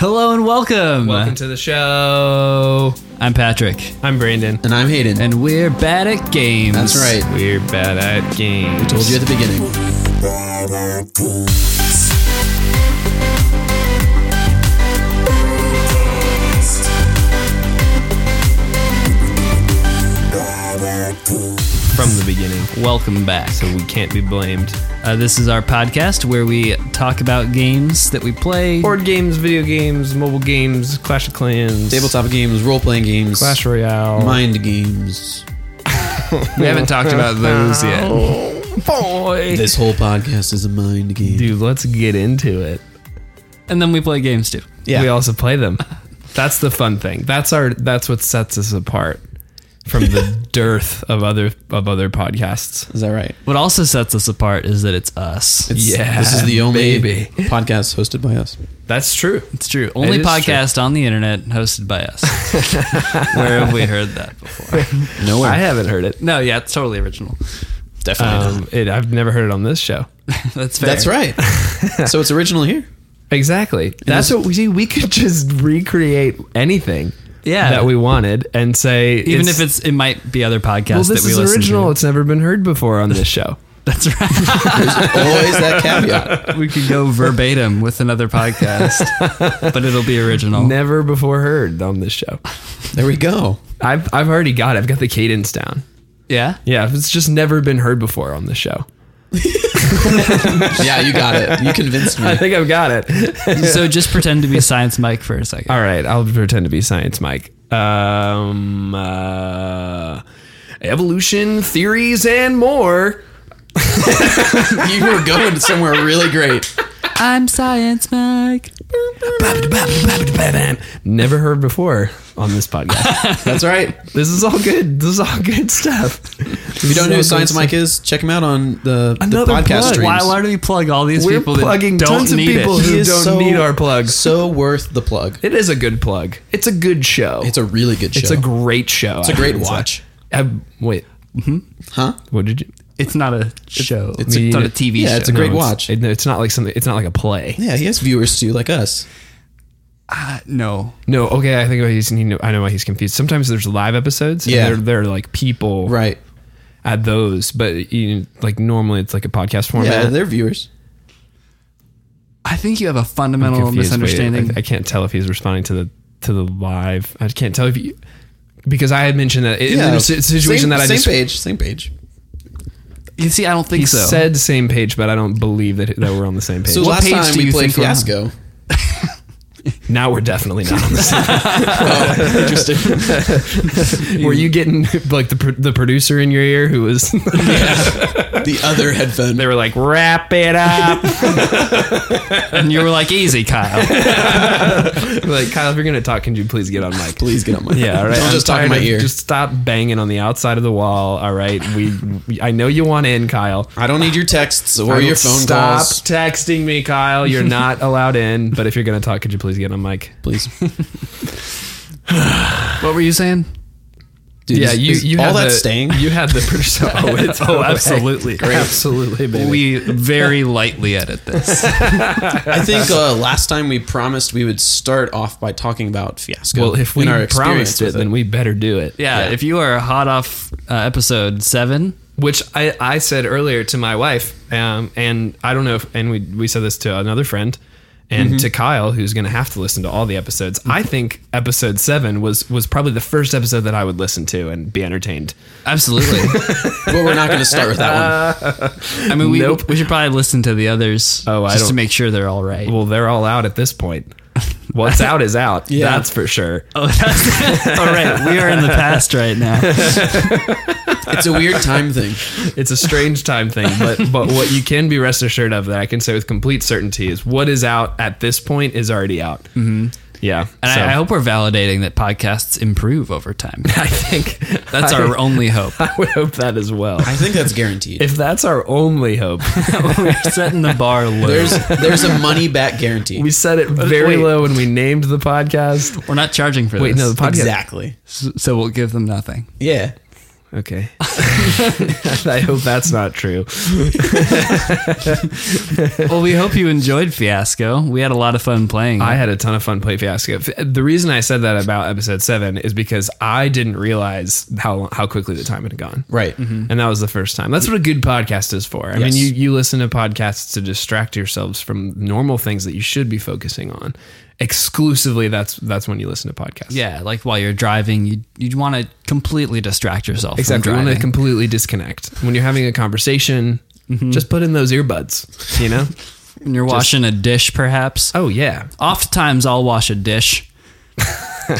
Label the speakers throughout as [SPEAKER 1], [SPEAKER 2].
[SPEAKER 1] Hello and welcome.
[SPEAKER 2] Welcome to the show.
[SPEAKER 1] I'm Patrick,
[SPEAKER 2] I'm Brandon.
[SPEAKER 3] And I'm Hayden.
[SPEAKER 1] and we're bad at games.
[SPEAKER 3] That's right.
[SPEAKER 2] We're bad at games.
[SPEAKER 3] Told you at the beginning.
[SPEAKER 2] from the beginning,
[SPEAKER 1] Welcome back.
[SPEAKER 2] so we can't be blamed.
[SPEAKER 1] Uh, this is our podcast where we talk about games that we play.
[SPEAKER 2] Board games, video games, mobile games, Clash of Clans,
[SPEAKER 3] Tabletop games, role playing games,
[SPEAKER 2] Clash Royale.
[SPEAKER 3] mind games.
[SPEAKER 2] we haven't talked about those yet. Boy,
[SPEAKER 3] This whole podcast is a mind game.
[SPEAKER 2] dude, let's get into it.
[SPEAKER 1] and then we play games too.
[SPEAKER 3] Yeah.
[SPEAKER 2] We also play them. That's the fun thing. That's our. That's what sets us apart from the dearth of other of other podcasts.
[SPEAKER 3] Is that right?
[SPEAKER 1] What also sets us apart is that it's us. It's,
[SPEAKER 2] Yeah,
[SPEAKER 3] This is the only
[SPEAKER 2] baby.
[SPEAKER 3] podcast hosted by us.
[SPEAKER 2] That's true.
[SPEAKER 1] true. Only
[SPEAKER 2] is true.
[SPEAKER 1] podcast on the internet hosted by us. where have we heard that before?
[SPEAKER 3] Nowhere.
[SPEAKER 2] I haven't heard it.
[SPEAKER 1] No, yeah, it's totally original.
[SPEAKER 3] Definitely. not.
[SPEAKER 2] Um, it. I've never heard it on this show.
[SPEAKER 1] Uh, That's fair.
[SPEAKER 3] That's right. so it's original here.
[SPEAKER 2] Exactly. That's
[SPEAKER 3] this-
[SPEAKER 2] what we see. We could just recreate anything
[SPEAKER 1] Yeah.
[SPEAKER 2] that we wanted and say,
[SPEAKER 1] Even if it's it might be other podcasts
[SPEAKER 2] well, this
[SPEAKER 1] that we
[SPEAKER 2] is
[SPEAKER 1] listen
[SPEAKER 2] original.
[SPEAKER 1] to.
[SPEAKER 2] It's never been heard before on this show.
[SPEAKER 1] That's right.
[SPEAKER 3] Always that caveat.
[SPEAKER 1] we could go verbatim with another podcast, but it'll be original.
[SPEAKER 2] Never before heard on this show.
[SPEAKER 3] There we go.
[SPEAKER 2] I've I've already got. it. I've got the cadence down.
[SPEAKER 1] Yeah.
[SPEAKER 2] Yeah, it's just never been heard before on this show.
[SPEAKER 3] Yeah, you got it. You convinced me.
[SPEAKER 2] I think I've got it.
[SPEAKER 1] So just pretend to be Science Mike for a second.
[SPEAKER 2] All right, I'll pretend to be science, Mike. Um, uh, evolution theories and more.
[SPEAKER 3] You were going somewhere really great.
[SPEAKER 1] I'm Science Mike.
[SPEAKER 2] Never heard before on this podcast.
[SPEAKER 3] That's right.
[SPEAKER 2] this is all good. This is all good stuff.
[SPEAKER 3] If you don't know who Science Mike is, check him out on the, the
[SPEAKER 2] Another plug.
[SPEAKER 3] podcast streams.
[SPEAKER 1] Why, why do we plug all these
[SPEAKER 2] We're
[SPEAKER 1] people that
[SPEAKER 2] plugging
[SPEAKER 1] don't
[SPEAKER 2] tons of
[SPEAKER 1] need
[SPEAKER 2] people
[SPEAKER 1] it?
[SPEAKER 2] who
[SPEAKER 3] He is
[SPEAKER 2] don't
[SPEAKER 3] so-
[SPEAKER 2] need our plugs.
[SPEAKER 3] So worth the plug.
[SPEAKER 2] It is a good plug. It's a good show.
[SPEAKER 3] It's a really good show.
[SPEAKER 2] It's a great show. It's
[SPEAKER 3] a great watch.
[SPEAKER 2] wait,
[SPEAKER 3] huh?
[SPEAKER 2] what did you?
[SPEAKER 1] It's not a show. It's,
[SPEAKER 3] it's a-
[SPEAKER 1] not a TV show.
[SPEAKER 3] Yeah, it's a great
[SPEAKER 2] No, it's-
[SPEAKER 3] watch.
[SPEAKER 2] it- no, it's not like something. It's not like a play.
[SPEAKER 3] Yeah, he has viewers too, like us.
[SPEAKER 1] Uh, no.
[SPEAKER 2] No, okay. I think he's. He know, I know why he's confused. Sometimes there's live episodes.
[SPEAKER 3] Yeah.
[SPEAKER 2] and there, there are like people
[SPEAKER 3] Right.
[SPEAKER 2] at those, but you, like normally it's like a podcast
[SPEAKER 3] Yeah,
[SPEAKER 2] format.
[SPEAKER 3] they're viewers.
[SPEAKER 1] I think you have a
[SPEAKER 2] I'm
[SPEAKER 1] fundamental
[SPEAKER 2] confused. Wait,
[SPEAKER 1] misunderstanding.
[SPEAKER 2] I, I can't tell if he's responding to the to the live. I can't tell if you because I had mentioned that it,
[SPEAKER 3] yeah.
[SPEAKER 2] in the si- situation
[SPEAKER 3] same,
[SPEAKER 2] that I
[SPEAKER 3] same
[SPEAKER 2] just
[SPEAKER 3] page, same page.
[SPEAKER 1] you see, I don't think
[SPEAKER 2] He
[SPEAKER 1] so.
[SPEAKER 2] said same page, but I don't believe that, that we're on the same page.
[SPEAKER 3] So
[SPEAKER 1] What
[SPEAKER 3] last
[SPEAKER 1] page
[SPEAKER 3] time
[SPEAKER 1] do
[SPEAKER 3] we
[SPEAKER 1] you
[SPEAKER 3] played
[SPEAKER 1] think we're on?
[SPEAKER 3] Fiasco.
[SPEAKER 2] now we're definitely not on the same.
[SPEAKER 3] oh, interesting.
[SPEAKER 2] Were you getting like the pro- the producer in your ear who was?
[SPEAKER 3] the other headphone.
[SPEAKER 2] they were like, "Wrap it up!"
[SPEAKER 1] and you were like, "Easy, Kyle."
[SPEAKER 2] like Kyle, if you're gonna talk, can you please get on mic?
[SPEAKER 3] Please get on my.
[SPEAKER 2] Yeah, all right.
[SPEAKER 3] Don't
[SPEAKER 2] I'm
[SPEAKER 3] just talk
[SPEAKER 2] tired
[SPEAKER 3] in my
[SPEAKER 2] of-
[SPEAKER 3] ear.
[SPEAKER 2] Just stop banging on the outside of the wall. All right, we. we I know you want in, Kyle.
[SPEAKER 3] I don't need your texts
[SPEAKER 2] I
[SPEAKER 3] or
[SPEAKER 2] don't-
[SPEAKER 3] your phone
[SPEAKER 2] stop
[SPEAKER 3] calls.
[SPEAKER 2] texting me, Kyle. You're not allowed in. But if you're gonna talk, could you please get on mic?
[SPEAKER 3] Please.
[SPEAKER 1] what were you saying?
[SPEAKER 3] Dude,
[SPEAKER 2] yeah,
[SPEAKER 3] is-
[SPEAKER 2] you.
[SPEAKER 3] is
[SPEAKER 2] you
[SPEAKER 3] all
[SPEAKER 2] had
[SPEAKER 3] that
[SPEAKER 2] the-
[SPEAKER 3] staying.
[SPEAKER 2] You had the producer. Oh, it's, oh,
[SPEAKER 1] absolutely.
[SPEAKER 2] Great. Absolutely, baby.
[SPEAKER 1] We very lightly edit this.
[SPEAKER 3] I think uh, last time we promised we would start off by talking about Fiasco.
[SPEAKER 2] well, if we
[SPEAKER 3] and our experience
[SPEAKER 2] promised it,
[SPEAKER 3] with
[SPEAKER 2] then we better do it.
[SPEAKER 1] Yeah, if you are hot off uh, episode seven,
[SPEAKER 2] which I, I said earlier to my wife, um, and I don't know if, and we, we said this to another friend and to Kyle, who's going to have to listen to all the episodes. I think episode seven was, was probably the first episode that I would listen to and be entertained.
[SPEAKER 1] absolutely.
[SPEAKER 3] but we're not going to start with that one.
[SPEAKER 1] I mean, we,
[SPEAKER 2] Nope.
[SPEAKER 1] we should probably listen to the others
[SPEAKER 2] Oh, I
[SPEAKER 1] just to
[SPEAKER 2] don't-
[SPEAKER 1] make sure they're all right.
[SPEAKER 2] Well, they're all out at this point. What's out is out.
[SPEAKER 3] Yeah.
[SPEAKER 2] That's for sure.
[SPEAKER 1] Oh, that's, all right. We are in the past right now.
[SPEAKER 3] It's a weird time thing.
[SPEAKER 2] It's a strange time thing, but but what you can be rest assured of that I can say with complete certainty is what is out at this point is already out. Mm-hmm. Yeah,
[SPEAKER 1] And
[SPEAKER 2] so-
[SPEAKER 1] I, I hope we're validating that podcasts improve over time.
[SPEAKER 2] I think
[SPEAKER 1] That's
[SPEAKER 2] I-
[SPEAKER 1] our only hope.
[SPEAKER 2] I would hope that as well.
[SPEAKER 3] I think that's guaranteed.
[SPEAKER 2] If that's our only hope,
[SPEAKER 1] we're setting the bar low.
[SPEAKER 3] there's there's a money back guarantee.
[SPEAKER 2] we set it very
[SPEAKER 1] Wait.
[SPEAKER 2] low when we named the podcast.
[SPEAKER 1] we're not charging for
[SPEAKER 2] Wait,
[SPEAKER 1] this.
[SPEAKER 2] no, the podcast.
[SPEAKER 3] exactly.
[SPEAKER 1] So we'll give them nothing.
[SPEAKER 3] Yeah.
[SPEAKER 2] Okay. I hope that's not true.
[SPEAKER 1] Well, we hope you enjoyed Fiasco. We had a lot of fun playing.
[SPEAKER 2] I
[SPEAKER 1] it.
[SPEAKER 2] had a ton of fun playing Fiasco. F- The reason I said that about episode seven is because I didn't realize how how quickly the time had gone.
[SPEAKER 3] Right.
[SPEAKER 1] Mm-hmm.
[SPEAKER 2] And that was the first time. That's what a good podcast is for. I
[SPEAKER 3] Yes.
[SPEAKER 2] mean, you, you listen to podcasts to distract yourselves from normal things that you should be focusing on. Exclusively, that's that's when you listen to podcasts.
[SPEAKER 1] yeah, like while you're driving, you you want to completely distract yourself.
[SPEAKER 2] Exactly.
[SPEAKER 1] From
[SPEAKER 2] You want
[SPEAKER 1] driving. Mm-hmm.
[SPEAKER 2] to completely disconnect. When you're having a conversation, just put in those earbuds, you know?
[SPEAKER 1] When you're washing a dish, perhaps.
[SPEAKER 2] oh, yeah.
[SPEAKER 1] Oftentimes, I'll wash a dish,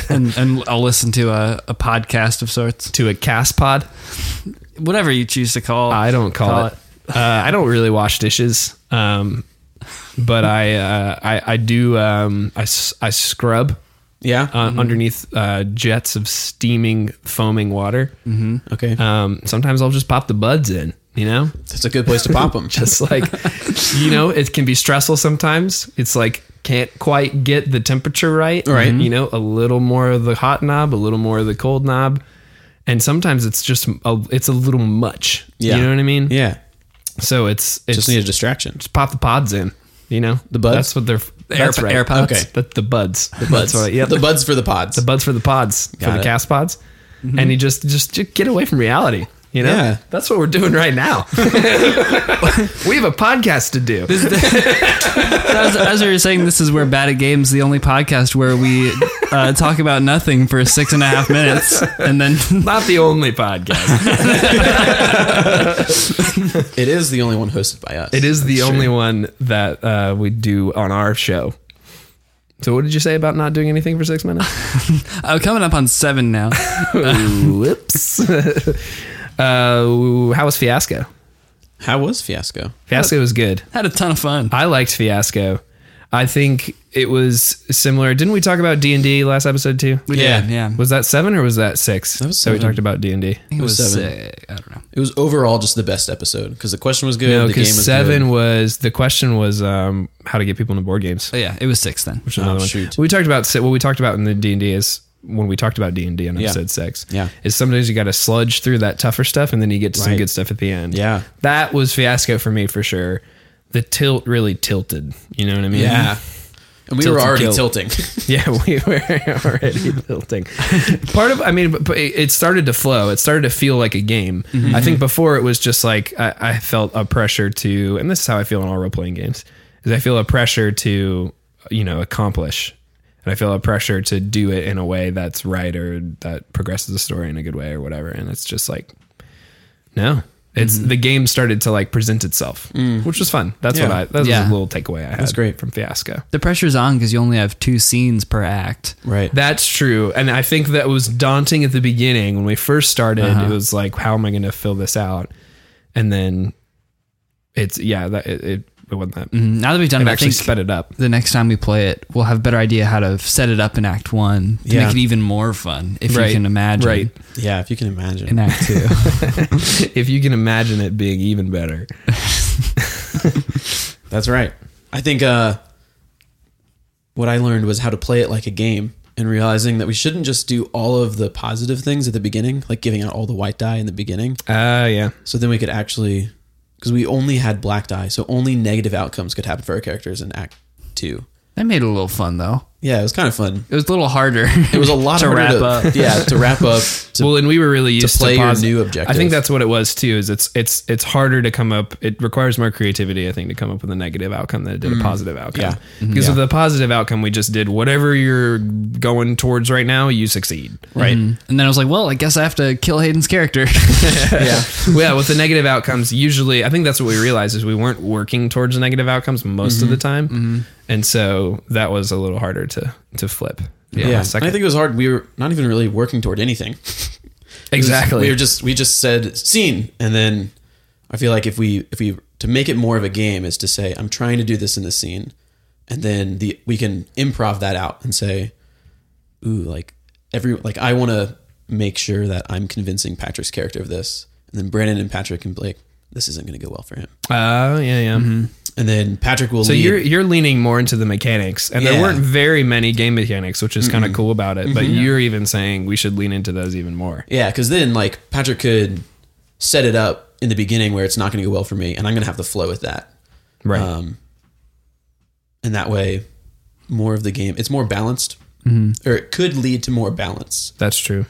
[SPEAKER 1] and, and I'll listen to a, a podcast of sorts,
[SPEAKER 2] To a cast pod.
[SPEAKER 1] whatever you choose to call.
[SPEAKER 2] I don't call,
[SPEAKER 1] call
[SPEAKER 2] it. Uh, I don't really wash dishes, um, but I, uh, I I do um, I, s- I scrub
[SPEAKER 3] Yeah.
[SPEAKER 2] uh, underneath uh, jets of steaming foaming water. Mm-hmm.
[SPEAKER 3] okay.
[SPEAKER 2] Um, sometimes I'll just pop the buds in, you know,
[SPEAKER 3] That's a good place to pop them.
[SPEAKER 2] just like you know it can be stressful sometimes. It's like can't quite get the temperature right, Mm-hmm.
[SPEAKER 3] Right. Mm-hmm.
[SPEAKER 2] You know, a little more of the hot knob, a little more of the cold knob, and sometimes it's just a, it's a little much.
[SPEAKER 3] Yeah.
[SPEAKER 2] You know what I mean?
[SPEAKER 3] yeah.
[SPEAKER 2] So it's it's
[SPEAKER 3] Just need a distraction.
[SPEAKER 2] just pop the pods in. You know the
[SPEAKER 3] buds?
[SPEAKER 2] That's what they're.
[SPEAKER 1] Air-
[SPEAKER 2] that's right.
[SPEAKER 1] AirPods?
[SPEAKER 2] Okay. The, the buds. The
[SPEAKER 3] Buds.
[SPEAKER 2] That's right. Yep.
[SPEAKER 3] The
[SPEAKER 2] The,
[SPEAKER 3] buds for the pods.
[SPEAKER 2] buds for the pods for
[SPEAKER 3] Got
[SPEAKER 2] the
[SPEAKER 3] it.
[SPEAKER 2] cast pods, and you just, just just get away from reality. You know.
[SPEAKER 3] Yeah.
[SPEAKER 2] That's what we're doing right now. we have a podcast to do.
[SPEAKER 1] as, as we were saying, this is where Bad at Games, the only podcast where we uh, talk about nothing for six and a half minutes, and then
[SPEAKER 2] Not the only podcast.
[SPEAKER 3] it is the only one hosted by us.
[SPEAKER 2] It is the only one that uh, we do on our show. So what did you say about not doing anything for six minutes?
[SPEAKER 1] I'm coming up on seven now.
[SPEAKER 2] Whoops. uh, how was Fiasco?
[SPEAKER 3] How was Fiasco?
[SPEAKER 2] Fiasco was good.
[SPEAKER 1] Had a ton of fun.
[SPEAKER 2] I liked Fiasco. I think it was similar. Didn't we talk about D and D last episode too?
[SPEAKER 1] We
[SPEAKER 3] Yeah.
[SPEAKER 1] did, yeah.
[SPEAKER 2] Was that seven or was that six?
[SPEAKER 3] was
[SPEAKER 2] so we
[SPEAKER 3] seven.
[SPEAKER 2] talked about D and D.
[SPEAKER 1] it was
[SPEAKER 3] seven.
[SPEAKER 1] sick. I don't know.
[SPEAKER 3] It was overall just the best episode because the question was good.
[SPEAKER 2] No,
[SPEAKER 3] the game
[SPEAKER 2] because
[SPEAKER 3] was
[SPEAKER 2] seven
[SPEAKER 3] good.
[SPEAKER 2] was the question was um, how to get people into board games.
[SPEAKER 1] But yeah, it was six then.
[SPEAKER 2] Which is another one.
[SPEAKER 3] Oh, shoot.
[SPEAKER 2] We talked about si- what we talked about in the D and D is when we talked about D and D on episode six.
[SPEAKER 3] Yeah.
[SPEAKER 2] is sometimes you got to sludge through that tougher stuff and then you get to some
[SPEAKER 3] Right.
[SPEAKER 2] good stuff at the end.
[SPEAKER 3] Yeah.
[SPEAKER 2] that was Fiasco for me for sure. The tilt really tilted. You know what I mean?
[SPEAKER 3] Yeah. And we
[SPEAKER 2] Tilt
[SPEAKER 3] were
[SPEAKER 2] and
[SPEAKER 3] already
[SPEAKER 2] Mm-hmm. kill.
[SPEAKER 3] tilting.
[SPEAKER 2] Yeah, we were already tilting. Part of, I mean, but- but it started to flow. It started to feel like a game. I think before it was just like I, I felt a pressure to, and this is how I feel in all role playing games, is I feel a pressure to, you know, accomplish, and I feel a pressure to do it in a way that's right or that progresses the story in a good way or whatever. And it's just like, no. It's the game started to like present itself, which was fun. That's what
[SPEAKER 3] Yeah.
[SPEAKER 2] I that was
[SPEAKER 1] Yeah.
[SPEAKER 2] a little takeaway I had. That's
[SPEAKER 3] great.
[SPEAKER 2] from Fiasco.
[SPEAKER 1] The pressure's on because you only have two scenes per act.
[SPEAKER 3] right.
[SPEAKER 2] That's true. And I think that was daunting at the beginning when we first started. It was like, how am I going to fill this out? And then it's, yeah, that it, it, it wasn't that.
[SPEAKER 1] Now that we've done it, Mm-hmm.
[SPEAKER 2] Mm-hmm. It
[SPEAKER 1] I
[SPEAKER 2] actually
[SPEAKER 1] think
[SPEAKER 2] sped it up.
[SPEAKER 1] the next time we play it, we'll have a better idea how to set it up in Act One to
[SPEAKER 3] Yeah.
[SPEAKER 1] make it even more fun, if
[SPEAKER 2] Right.
[SPEAKER 1] you can imagine.
[SPEAKER 2] Right.
[SPEAKER 3] Yeah, if you can imagine.
[SPEAKER 1] In Act Two.
[SPEAKER 2] If you can imagine it being even better.
[SPEAKER 3] That's right. I think uh, what I learned was how to play it like a game and realizing that we shouldn't just do all of the positive things at the beginning, like giving out all the white dye in the beginning.
[SPEAKER 2] Ah, yeah.
[SPEAKER 3] So then we could actually, because we only had black dye, so only negative outcomes could happen for our characters in Act Two.
[SPEAKER 1] that made it a little fun though.
[SPEAKER 3] Yeah, it was kind of fun.
[SPEAKER 1] It was a little harder.
[SPEAKER 3] It was a lot
[SPEAKER 1] to
[SPEAKER 3] harder
[SPEAKER 1] wrap
[SPEAKER 3] to-
[SPEAKER 1] up.
[SPEAKER 3] Yeah, to wrap up. To,
[SPEAKER 2] well, and we were really used to,
[SPEAKER 3] play your
[SPEAKER 2] posi-
[SPEAKER 3] new
[SPEAKER 2] I think
[SPEAKER 3] objective.
[SPEAKER 2] that's what it was too. Is it's it's it's harder to come up. It requires more creativity, I think, to come up with a negative outcome than it did a positive outcome.
[SPEAKER 3] Yeah.
[SPEAKER 2] Because
[SPEAKER 3] Yeah.
[SPEAKER 2] with the positive outcome, we just did whatever you're going towards right now, you succeed.
[SPEAKER 3] right.
[SPEAKER 1] And then I was like, well, I guess I have to kill Hayden's character.
[SPEAKER 3] Yeah.
[SPEAKER 2] Well, yeah, with the negative outcomes, usually I think that's what we realized is we weren't working towards the negative outcomes most of the
[SPEAKER 3] Mm-hmm.
[SPEAKER 2] time, and so that was a little harder to to flip.
[SPEAKER 3] Yeah.
[SPEAKER 2] Yeah,
[SPEAKER 3] And I think it was hard. We were not even really working toward anything. It was-
[SPEAKER 2] exactly.
[SPEAKER 3] we were just we just said scene, and then I feel like if we if we to make it more of a game is to say I'm trying to do this in the scene, and then the we can improv that out and say, ooh, like every like I want to make sure that I'm convincing Patrick's character of this, and then Brandon and Patrick can be like, this isn't going to go well for him.
[SPEAKER 2] Oh yeah, yeah.
[SPEAKER 3] and then Patrick will
[SPEAKER 2] So
[SPEAKER 3] lead.
[SPEAKER 2] you're you're leaning more into the mechanics, and
[SPEAKER 3] Yeah. Mm-hmm.
[SPEAKER 2] there weren't very many game mechanics, which is kind of cool about it. But you're even saying we should lean into those even more.
[SPEAKER 3] yeah, because then like Patrick could set it up in the beginning where it's not going to go well for me, and I'm going to have to flow with that.
[SPEAKER 2] Right.
[SPEAKER 3] Um, and that way, more of the game it's more balanced,
[SPEAKER 1] Mm-hmm.
[SPEAKER 3] or it could lead to more balance.
[SPEAKER 2] That's true.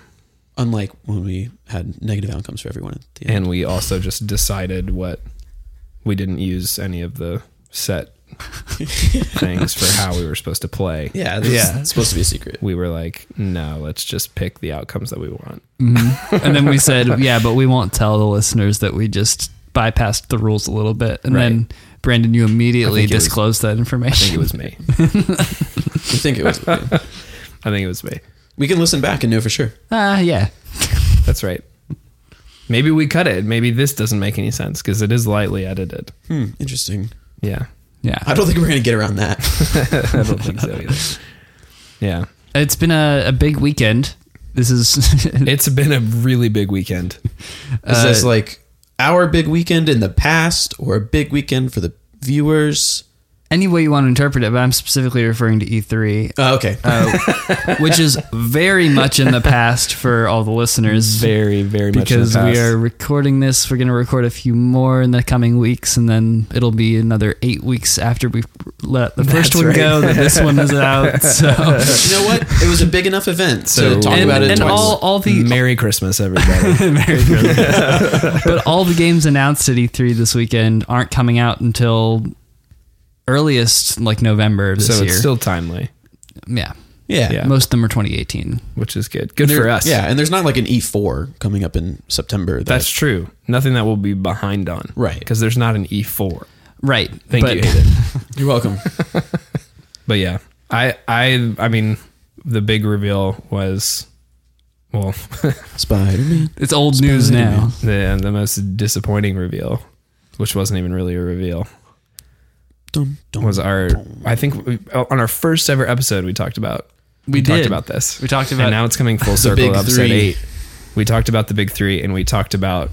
[SPEAKER 3] Unlike when we had negative outcomes for everyone at the end.
[SPEAKER 2] And we also just decided what we didn't use any of the set things for how we were supposed to play.
[SPEAKER 3] yeah, this
[SPEAKER 1] Yeah.
[SPEAKER 3] It's supposed to be a secret.
[SPEAKER 2] We were like, no, let's just pick the outcomes that we want.
[SPEAKER 1] and then we said, yeah, but we won't tell the listeners that we just bypassed the rules a little bit. And then Brandon, you immediately
[SPEAKER 2] I think it was-
[SPEAKER 1] disclosed that
[SPEAKER 2] I think
[SPEAKER 1] information.
[SPEAKER 2] it was me.
[SPEAKER 3] We think it was.
[SPEAKER 2] I think it was me.
[SPEAKER 3] we can listen back and know for sure.
[SPEAKER 1] Ah, yeah.
[SPEAKER 2] That's right. Maybe we cut it. Maybe this doesn't make any sense because it is lightly edited.
[SPEAKER 3] Hmm, interesting.
[SPEAKER 2] Yeah.
[SPEAKER 1] Yeah.
[SPEAKER 3] I don't think we're going to get around that.
[SPEAKER 2] I don't think so either. Yeah.
[SPEAKER 1] It's been a, a big weekend. This is
[SPEAKER 2] It's been a really big weekend.
[SPEAKER 3] Is
[SPEAKER 1] Uh,
[SPEAKER 3] this like our big weekend in the past or a big weekend for the viewers?
[SPEAKER 1] any way you want to interpret it, but I'm specifically referring to E E3,
[SPEAKER 3] Oh, okay.
[SPEAKER 1] uh, which is very much in the past for all the listeners.
[SPEAKER 2] Very, very
[SPEAKER 1] because we are recording this, we're going to record a few more in the coming weeks, and then it'll be another eight weeks after we let the first
[SPEAKER 2] That's
[SPEAKER 1] one
[SPEAKER 2] right.
[SPEAKER 1] go that this one is out. So
[SPEAKER 3] you know what? It was a big enough event
[SPEAKER 2] So-
[SPEAKER 3] to talk
[SPEAKER 1] and,
[SPEAKER 3] about it
[SPEAKER 1] and
[SPEAKER 3] twice.
[SPEAKER 1] all all the
[SPEAKER 2] Merry Christmas, everybody.
[SPEAKER 1] Merry Christmas. but all the games announced at E3 this weekend aren't coming out until earliest like November of this
[SPEAKER 2] so
[SPEAKER 1] year.
[SPEAKER 2] it's still timely,
[SPEAKER 1] yeah.
[SPEAKER 3] yeah.
[SPEAKER 2] Yeah.
[SPEAKER 1] most of them are 2018.
[SPEAKER 2] which is good. Good
[SPEAKER 3] There-
[SPEAKER 2] for us.
[SPEAKER 3] Yeah, and there's not like an E4 coming up in September. That,
[SPEAKER 2] That's true. Nothing that we'll be behind on.
[SPEAKER 3] Right.
[SPEAKER 2] Because there's not an E4.
[SPEAKER 1] Right.
[SPEAKER 2] Thank
[SPEAKER 1] but
[SPEAKER 2] you, Hayden.
[SPEAKER 3] You're welcome.
[SPEAKER 2] but yeah, I, I, I mean, the big reveal was, well,
[SPEAKER 3] Spider-Man.
[SPEAKER 1] It's old news now.
[SPEAKER 2] the, the most disappointing reveal, which wasn't even really a reveal,
[SPEAKER 3] Dum, dum.
[SPEAKER 2] was our, I think we, on our first ever episode, we talked about,
[SPEAKER 1] We
[SPEAKER 2] talked
[SPEAKER 1] did.
[SPEAKER 2] about this.
[SPEAKER 1] We talked about-
[SPEAKER 2] and now it's coming full circle.
[SPEAKER 3] big
[SPEAKER 2] to episode
[SPEAKER 3] three.
[SPEAKER 2] eight. We talked about the big three and we talked about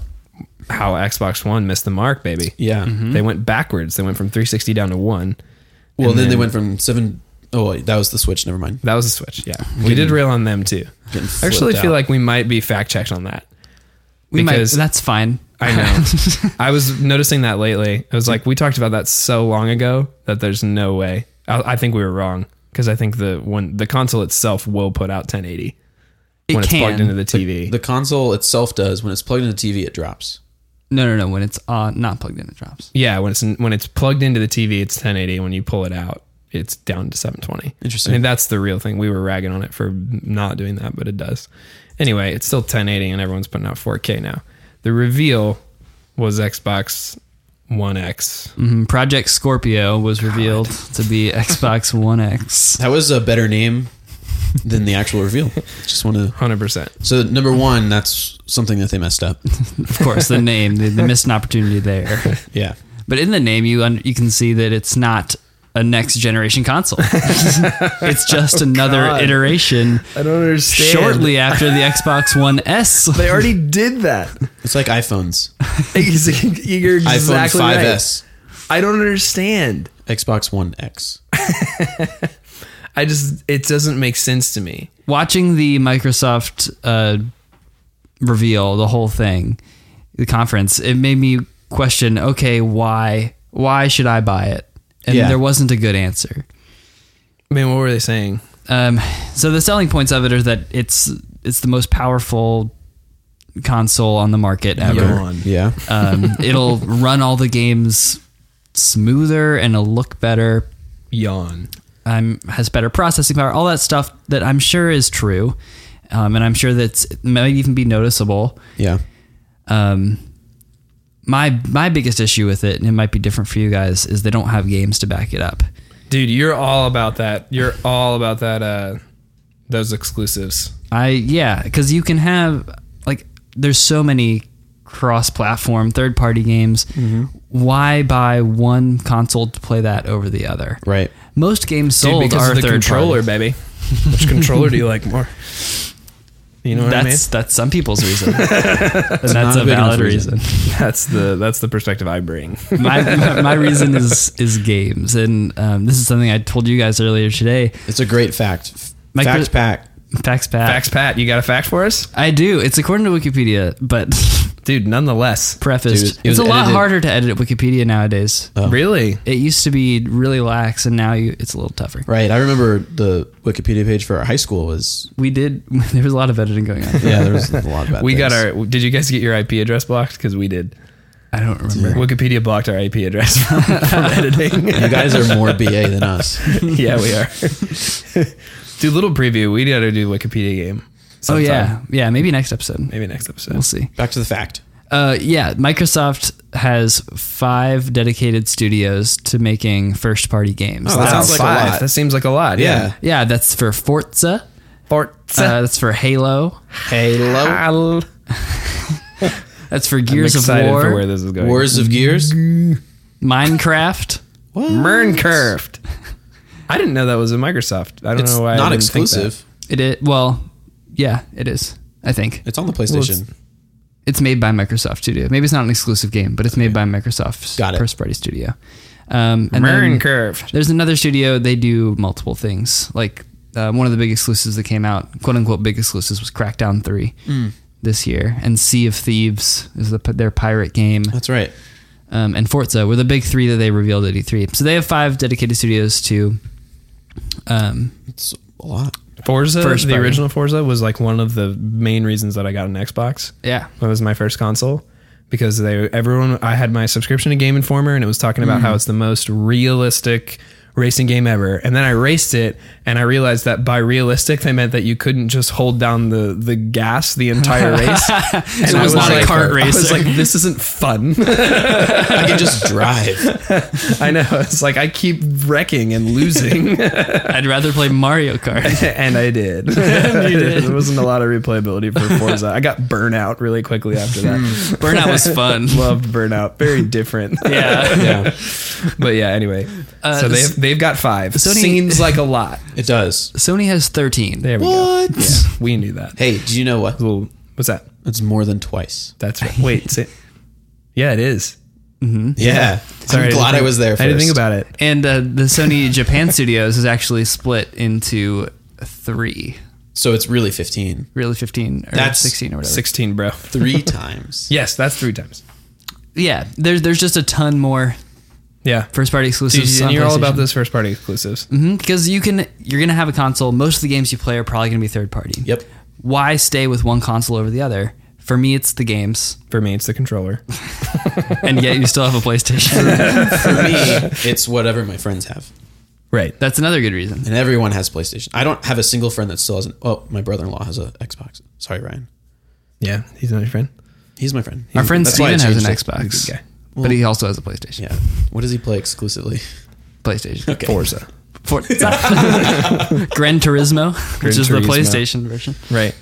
[SPEAKER 2] how Xbox One missed the mark, baby.
[SPEAKER 1] Mm-hmm.
[SPEAKER 3] Yeah.
[SPEAKER 2] They went backwards. They went from 360 down to one.
[SPEAKER 3] Well,
[SPEAKER 2] And
[SPEAKER 3] then, they
[SPEAKER 2] then-
[SPEAKER 3] went from seven oh wait, that was the Switch. Never mind.
[SPEAKER 2] That was a switch. Yeah, we
[SPEAKER 1] Mm-hmm.
[SPEAKER 2] did rail on them too.
[SPEAKER 3] Getting
[SPEAKER 2] I actually
[SPEAKER 3] flipped
[SPEAKER 2] feel
[SPEAKER 3] out.
[SPEAKER 2] like we might be fact checked on that.
[SPEAKER 1] We might.
[SPEAKER 2] because-
[SPEAKER 1] That's fine.
[SPEAKER 2] I know. I was noticing that lately. I was like, we talked about that so long ago that there's no way. I, I think we were wrong because I think the when the console itself will put out 1080
[SPEAKER 1] It
[SPEAKER 2] when it's
[SPEAKER 1] can.
[SPEAKER 2] plugged into the TV.
[SPEAKER 3] the console itself does when it's plugged into the TV, it drops.
[SPEAKER 1] no, no, no. When it's on, not plugged in, it drops.
[SPEAKER 2] Yeah, when it's when it's plugged into the TV, it's 1080. When you pull it out, it's down to 720.
[SPEAKER 3] Interesting.
[SPEAKER 2] I mean, that's the real thing. We were ragging on it for not doing that, but it does. Anyway, it's still 1080, and everyone's putting out 4K now. The reveal was Xbox One X.
[SPEAKER 1] Mhm. Project Scorpio was revealed to be Xbox One X.
[SPEAKER 3] That was a better name than the actual reveal. Just want to
[SPEAKER 2] 100%.
[SPEAKER 3] So number one, that's something that they messed up.
[SPEAKER 1] Of course, the name. They, they missed an opportunity there.
[SPEAKER 3] Yeah.
[SPEAKER 1] But in the name, you un- you can see that it's not a next generation console. it's just another
[SPEAKER 2] God.
[SPEAKER 1] iteration.
[SPEAKER 2] I don't understand.
[SPEAKER 1] Shortly after the Xbox One S,
[SPEAKER 2] They already did that.
[SPEAKER 3] It's like iPhones.
[SPEAKER 2] You're
[SPEAKER 3] iPhone
[SPEAKER 2] exactly
[SPEAKER 3] 5S,
[SPEAKER 2] I don't understand.
[SPEAKER 3] Xbox One X.
[SPEAKER 2] I just, it doesn't make sense to me.
[SPEAKER 1] watching the Microsoft uh, reveal, the whole thing, the conference, it made me question: Okay, why? Why should I buy it? And
[SPEAKER 3] Yeah.
[SPEAKER 1] there wasn't a good answer.
[SPEAKER 2] I mean, what were they saying?
[SPEAKER 1] Um, so the selling points of it are that it's it's the most powerful console on the market ever.
[SPEAKER 2] Yawn.
[SPEAKER 3] Yeah.
[SPEAKER 1] Um, it'll run all the games smoother and it'll look better.
[SPEAKER 2] Yawn.
[SPEAKER 1] Um, has better processing power, all that stuff that I'm sure is true, um, and I'm sure that's might even be noticeable.
[SPEAKER 3] Yeah.
[SPEAKER 1] Um, my my biggest issue with it, and it might be different for you guys, is they don't have games to back it up.
[SPEAKER 2] Dude, you're all about that. You're all about that. Uh, those exclusives.
[SPEAKER 1] I yeah, because you can have like there's so many cross-platform third-party games.
[SPEAKER 2] Mm-hmm.
[SPEAKER 1] Why buy one console to play that over the other?
[SPEAKER 3] Right.
[SPEAKER 1] Most games sold
[SPEAKER 2] because
[SPEAKER 1] are
[SPEAKER 2] of the
[SPEAKER 1] third
[SPEAKER 2] controller,
[SPEAKER 1] party.
[SPEAKER 2] baby. Which controller do you like more? You know what
[SPEAKER 1] that's
[SPEAKER 2] I mean?
[SPEAKER 1] that's some people's reason. and that's
[SPEAKER 3] not
[SPEAKER 1] a
[SPEAKER 3] a big enough
[SPEAKER 1] valid
[SPEAKER 3] reason.
[SPEAKER 1] reason.
[SPEAKER 2] That's the that's the perspective I bring.
[SPEAKER 1] my, my my reason is is games, and um, this is something I told you guys earlier today.
[SPEAKER 3] It's a great fact.
[SPEAKER 1] Mike,
[SPEAKER 3] Fact
[SPEAKER 1] there's-
[SPEAKER 3] pack.
[SPEAKER 1] Facts, pack.
[SPEAKER 2] Facts, Pat. You got a fact for us,
[SPEAKER 1] I do. It's according to Wikipedia, but
[SPEAKER 2] dude? Nonetheless,
[SPEAKER 1] prefaced.
[SPEAKER 3] Dude, it
[SPEAKER 1] it's a
[SPEAKER 3] was
[SPEAKER 1] lot
[SPEAKER 3] edited.
[SPEAKER 1] harder to edit Wikipedia nowadays.
[SPEAKER 2] really?
[SPEAKER 1] It used to be really lax, and now you, it's a little tougher.
[SPEAKER 3] Right. I remember the Wikipedia page for our high school was
[SPEAKER 1] We did. There was a lot of editing going on.
[SPEAKER 3] yeah. There was a lot of bad.
[SPEAKER 2] We got
[SPEAKER 3] things.
[SPEAKER 2] our. Did you guys get your IP address blocked? Because we did.
[SPEAKER 1] I don't remember.
[SPEAKER 2] Wikipedia blocked our IP address from, from editing.
[SPEAKER 3] You guys are more BA than us.
[SPEAKER 2] yeah, we are. Dude, little preview. We gotta do Wikipedia game.
[SPEAKER 1] Oh
[SPEAKER 2] sometime.
[SPEAKER 1] yeah, yeah. Maybe next episode.
[SPEAKER 2] Maybe next episode.
[SPEAKER 1] We'll see.
[SPEAKER 3] Back to the fact.
[SPEAKER 1] Uh, yeah, Microsoft has five dedicated studios to making first-party games.
[SPEAKER 3] Oh, that
[SPEAKER 1] That's-
[SPEAKER 3] sounds like a lot.
[SPEAKER 2] That seems like a lot. Yeah.
[SPEAKER 3] Yeah.
[SPEAKER 1] yeah, that's for Forza.
[SPEAKER 2] Forza.
[SPEAKER 1] Uh, that's for Halo.
[SPEAKER 3] Halo.
[SPEAKER 2] I'll-
[SPEAKER 1] That's for
[SPEAKER 2] I'm
[SPEAKER 1] Gears of
[SPEAKER 2] excited
[SPEAKER 1] War.
[SPEAKER 2] for where this is going.
[SPEAKER 3] Wars of Gears.
[SPEAKER 1] Minecraft.
[SPEAKER 3] What?
[SPEAKER 2] Minecraft. I didn't know that was a Microsoft. I don't
[SPEAKER 3] It's
[SPEAKER 2] know why. I
[SPEAKER 3] not
[SPEAKER 2] didn't think
[SPEAKER 3] exclusive.
[SPEAKER 1] It is well, yeah, it is. I think
[SPEAKER 3] It's on the PlayStation.
[SPEAKER 1] it's made by Microsoft Studio. Maybe it's not an exclusive game, but it's made by Microsoft's
[SPEAKER 3] Got it.
[SPEAKER 1] first-party studio. Um,
[SPEAKER 2] that.
[SPEAKER 1] and then
[SPEAKER 2] Minecraft.
[SPEAKER 1] there's another studio. They do multiple things. Like uh, one of the big exclusives that came out, quote unquote, big exclusives was Crackdown Three this year, and Sea of Thieves is the, their pirate game.
[SPEAKER 3] That's right.
[SPEAKER 1] um, and Forza were the big three that they revealed at E3. So they have five dedicated studios to. Um,
[SPEAKER 3] It's a lot.
[SPEAKER 2] Forza.
[SPEAKER 1] First
[SPEAKER 2] the
[SPEAKER 1] party.
[SPEAKER 2] original Forza was like one of the main reasons that I got an Xbox.
[SPEAKER 1] yeah,
[SPEAKER 2] That was my first console because they everyone I had my subscription to Game Informer and it was talking about
[SPEAKER 1] Mm.
[SPEAKER 2] how it's the most realistic racing game ever. And then I raced it and I realized that by realistic they meant that you couldn't just hold down the the gas the entire race. and
[SPEAKER 1] it was not a kart
[SPEAKER 2] I was
[SPEAKER 1] racer.
[SPEAKER 2] like this isn't fun.
[SPEAKER 3] I can just drive.
[SPEAKER 2] I know. It's like I keep wrecking and losing
[SPEAKER 1] I'd rather play Mario Kart.
[SPEAKER 2] and I did. there wasn't a lot of replayability for Forza. I got burnout really quickly after that.
[SPEAKER 1] Burnout was fun.
[SPEAKER 2] Loved burnout. Very different.
[SPEAKER 1] yeah,
[SPEAKER 3] Yeah,
[SPEAKER 2] but yeah, anyway.
[SPEAKER 1] Uh,
[SPEAKER 2] so
[SPEAKER 1] s-
[SPEAKER 2] they've they've got five.
[SPEAKER 1] Sony-
[SPEAKER 2] Seems like a lot.
[SPEAKER 3] it does.
[SPEAKER 1] Sony has thirteen.
[SPEAKER 2] There we go.
[SPEAKER 3] What?
[SPEAKER 2] Yeah, we knew that.
[SPEAKER 3] Hey, do you know what?
[SPEAKER 2] Well, what's that?
[SPEAKER 3] It's more than twice.
[SPEAKER 2] That's right. Wait, say, yeah, it is.
[SPEAKER 3] Yeah.
[SPEAKER 2] Sorry,
[SPEAKER 3] I'm
[SPEAKER 2] didn't
[SPEAKER 3] glad I
[SPEAKER 2] think-
[SPEAKER 3] was there. First.
[SPEAKER 2] I didn't think about it.
[SPEAKER 1] And uh, the Sony Japan studios is actually split into three,
[SPEAKER 3] So it's really 15.
[SPEAKER 1] really fifteen or
[SPEAKER 3] That's
[SPEAKER 1] sixteen or whatever.
[SPEAKER 2] Sixteen, bro.
[SPEAKER 3] Three times.
[SPEAKER 2] Yes, that's three times.
[SPEAKER 1] Yeah, there's there's just a ton more
[SPEAKER 2] Yeah.
[SPEAKER 1] first party
[SPEAKER 2] Dude,
[SPEAKER 1] exclusives.
[SPEAKER 2] and
[SPEAKER 1] on
[SPEAKER 2] you're all about
[SPEAKER 1] PlayStation.
[SPEAKER 2] those first party exclusives.
[SPEAKER 3] Mm-hmm.
[SPEAKER 1] because you can you're gonna have a console most of the games you play are probably gonna be third party
[SPEAKER 3] Yep.
[SPEAKER 1] why stay with one console over the other for me it's the games
[SPEAKER 2] For me, it's the controller.
[SPEAKER 1] and yet you still have a playstation
[SPEAKER 3] For me, it's whatever my friends have.
[SPEAKER 2] Right.
[SPEAKER 1] that's another good reason
[SPEAKER 3] And everyone has PlayStation. I don't have a single friend that still hasn't. Oh, my brother in law has a Xbox. Sorry, Ryan.
[SPEAKER 2] Yeah, he's not your friend.
[SPEAKER 3] He's my friend.
[SPEAKER 1] our friend
[SPEAKER 3] That's why I
[SPEAKER 1] steven has an
[SPEAKER 3] changed it.
[SPEAKER 1] xbox
[SPEAKER 2] Good guy.
[SPEAKER 1] but he also has a playstation
[SPEAKER 3] Yeah. What does he play exclusively?
[SPEAKER 1] playstation
[SPEAKER 3] Okay.
[SPEAKER 2] Forza.
[SPEAKER 1] For- gran turismo which is the
[SPEAKER 2] Turismo.
[SPEAKER 1] playstation version
[SPEAKER 2] Right.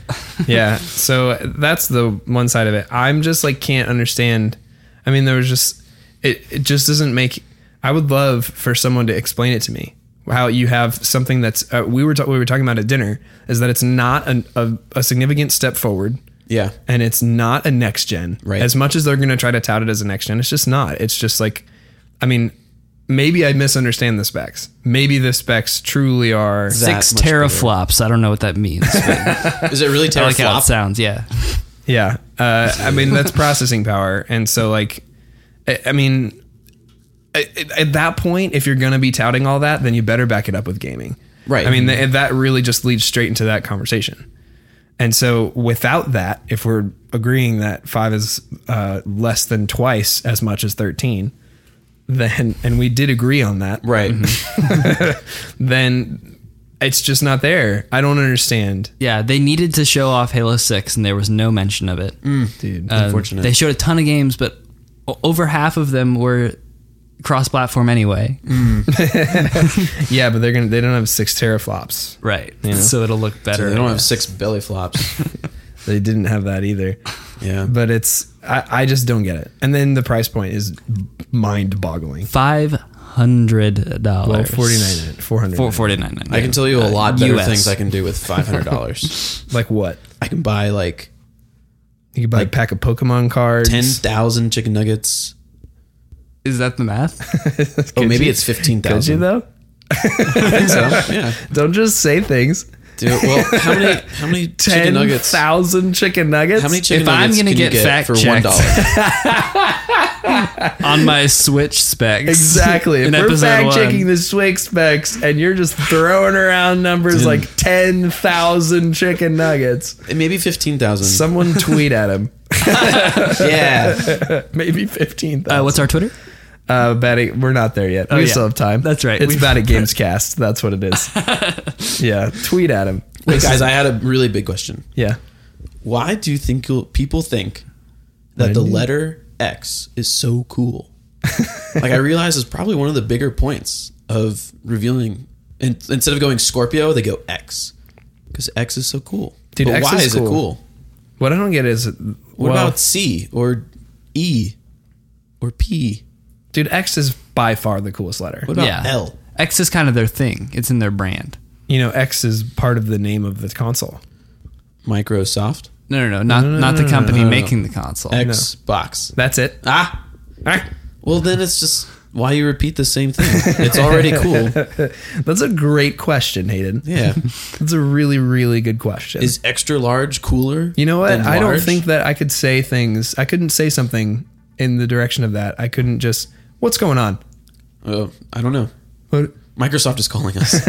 [SPEAKER 2] Yeah. so that's the one side of it. I'm just like can't understand. I mean, there was just it. It just doesn't make. I would love for someone to explain it to me how you have something that's uh, we were ta- we were talking about at dinner is that it's not an, a, a significant step forward
[SPEAKER 3] Yeah.
[SPEAKER 2] and it's not a next gen.
[SPEAKER 3] Right.
[SPEAKER 2] As much as they're going to try to tout it as a next gen, it's just not. It's just like, I mean, maybe I misunderstand the specs. Maybe the specs truly are.
[SPEAKER 3] That
[SPEAKER 1] six
[SPEAKER 3] much bigger.
[SPEAKER 1] teraflops i don't know what that means but
[SPEAKER 3] Is it really
[SPEAKER 1] i like how it
[SPEAKER 3] teraflop?
[SPEAKER 1] sounds yeah
[SPEAKER 2] Yeah. Uh, I mean, that's processing power. And so, like, I, I mean, at, at that point, if you're going to be touting all that, then you better back it up with gaming.
[SPEAKER 3] Right.
[SPEAKER 2] I mean, th- that really just leads straight into that conversation. And so, without that, if we're agreeing that five is uh, less than twice as much as 13, then, and we did agree on that,
[SPEAKER 3] Right.
[SPEAKER 2] then it's just not there. I don't understand,
[SPEAKER 1] yeah they needed to show off halo 6 and there was no mention of it
[SPEAKER 2] dude.
[SPEAKER 1] Um,
[SPEAKER 3] Mm, Unfortunate.
[SPEAKER 1] They showed a ton of games, but o- over half of them were cross-platform anyway.
[SPEAKER 3] Mm.
[SPEAKER 2] yeah, but they're going to, they don't have six teraflops.
[SPEAKER 1] Right. So it'll look better.
[SPEAKER 3] They don't have six belly flops.
[SPEAKER 2] They didn't have that either.
[SPEAKER 3] Yeah.
[SPEAKER 2] But it's I, I just don't get it. And then the price point is mind boggling.
[SPEAKER 1] five hundred dollars.
[SPEAKER 2] Well, forty nine, four hundred.
[SPEAKER 1] Four Uh, forty nine.
[SPEAKER 3] I can tell you a lot better
[SPEAKER 1] US.
[SPEAKER 3] things I can do with $500.
[SPEAKER 2] Like what?
[SPEAKER 3] I can buy like
[SPEAKER 2] You could buy a pack of Pokemon cards.
[SPEAKER 3] ten thousand chicken nuggets.
[SPEAKER 1] Is that the math?
[SPEAKER 3] Oh,
[SPEAKER 2] Could
[SPEAKER 3] maybe
[SPEAKER 2] you-
[SPEAKER 3] it's fifteen
[SPEAKER 2] Could you
[SPEAKER 3] thousand.
[SPEAKER 2] though?
[SPEAKER 3] yeah.
[SPEAKER 2] Don't just say things.
[SPEAKER 3] Dude, well, how many how many chicken
[SPEAKER 2] Ten
[SPEAKER 3] nuggets?
[SPEAKER 2] thousand chicken nuggets.
[SPEAKER 3] How many chicken
[SPEAKER 1] If I'm
[SPEAKER 3] nuggets
[SPEAKER 1] gonna
[SPEAKER 3] can
[SPEAKER 1] get
[SPEAKER 3] you get
[SPEAKER 1] fact
[SPEAKER 3] for one
[SPEAKER 1] checked-
[SPEAKER 3] dollar?
[SPEAKER 1] On my Switch specs.
[SPEAKER 2] Exactly. If
[SPEAKER 1] In
[SPEAKER 2] we're
[SPEAKER 1] episode
[SPEAKER 2] fact checking
[SPEAKER 1] one.
[SPEAKER 2] the Swig specs and you're just throwing around numbers like 10,000 chicken nuggets,
[SPEAKER 3] Maybe fifteen thousand.
[SPEAKER 2] someone tweet at him.
[SPEAKER 3] yeah.
[SPEAKER 2] Maybe 15,000.
[SPEAKER 1] Uh, what's our Twitter?
[SPEAKER 2] Uh, batting, we're not there yet. we
[SPEAKER 1] Oh, yeah.
[SPEAKER 2] still have time.
[SPEAKER 1] That's right.
[SPEAKER 2] It's
[SPEAKER 1] We've-
[SPEAKER 2] about a games cast. That's what it is. yeah. Tweet at him.
[SPEAKER 3] Wait, guys, I had a really big question.
[SPEAKER 2] Yeah.
[SPEAKER 3] Why do you think you'll- people think that the letter X is so cool? like I realize it's probably one of the bigger points of revealing. In, instead of going Scorpio, they go X because X is so cool.
[SPEAKER 2] Dude,
[SPEAKER 3] but
[SPEAKER 2] X
[SPEAKER 3] why
[SPEAKER 2] is
[SPEAKER 3] is, it
[SPEAKER 2] cool.
[SPEAKER 3] cool?
[SPEAKER 2] What I don't get is what
[SPEAKER 3] What about C or E or P?
[SPEAKER 2] dude, X is by far the coolest letter.
[SPEAKER 3] What about
[SPEAKER 1] Yeah.
[SPEAKER 3] L?
[SPEAKER 1] X is kind of their thing. It's in their brand.
[SPEAKER 2] You know, X is part of the name of the console.
[SPEAKER 3] Microsoft
[SPEAKER 1] No, no, no, not not the company making the console.
[SPEAKER 3] Xbox.
[SPEAKER 2] That's it.
[SPEAKER 3] Ah,
[SPEAKER 2] Ah.
[SPEAKER 3] well then it's just why you repeat the same thing. It's already cool.
[SPEAKER 2] That's a great question, Hayden.
[SPEAKER 3] Yeah.
[SPEAKER 2] That's a really, really good question.
[SPEAKER 3] Is extra large cooler?
[SPEAKER 2] you know what?
[SPEAKER 3] than
[SPEAKER 2] I don't
[SPEAKER 3] large?
[SPEAKER 2] think that I could say things. I couldn't say something in the direction of that. I couldn't just, what's going on?
[SPEAKER 3] Uh, I don't know.
[SPEAKER 2] What?
[SPEAKER 3] Microsoft is calling us.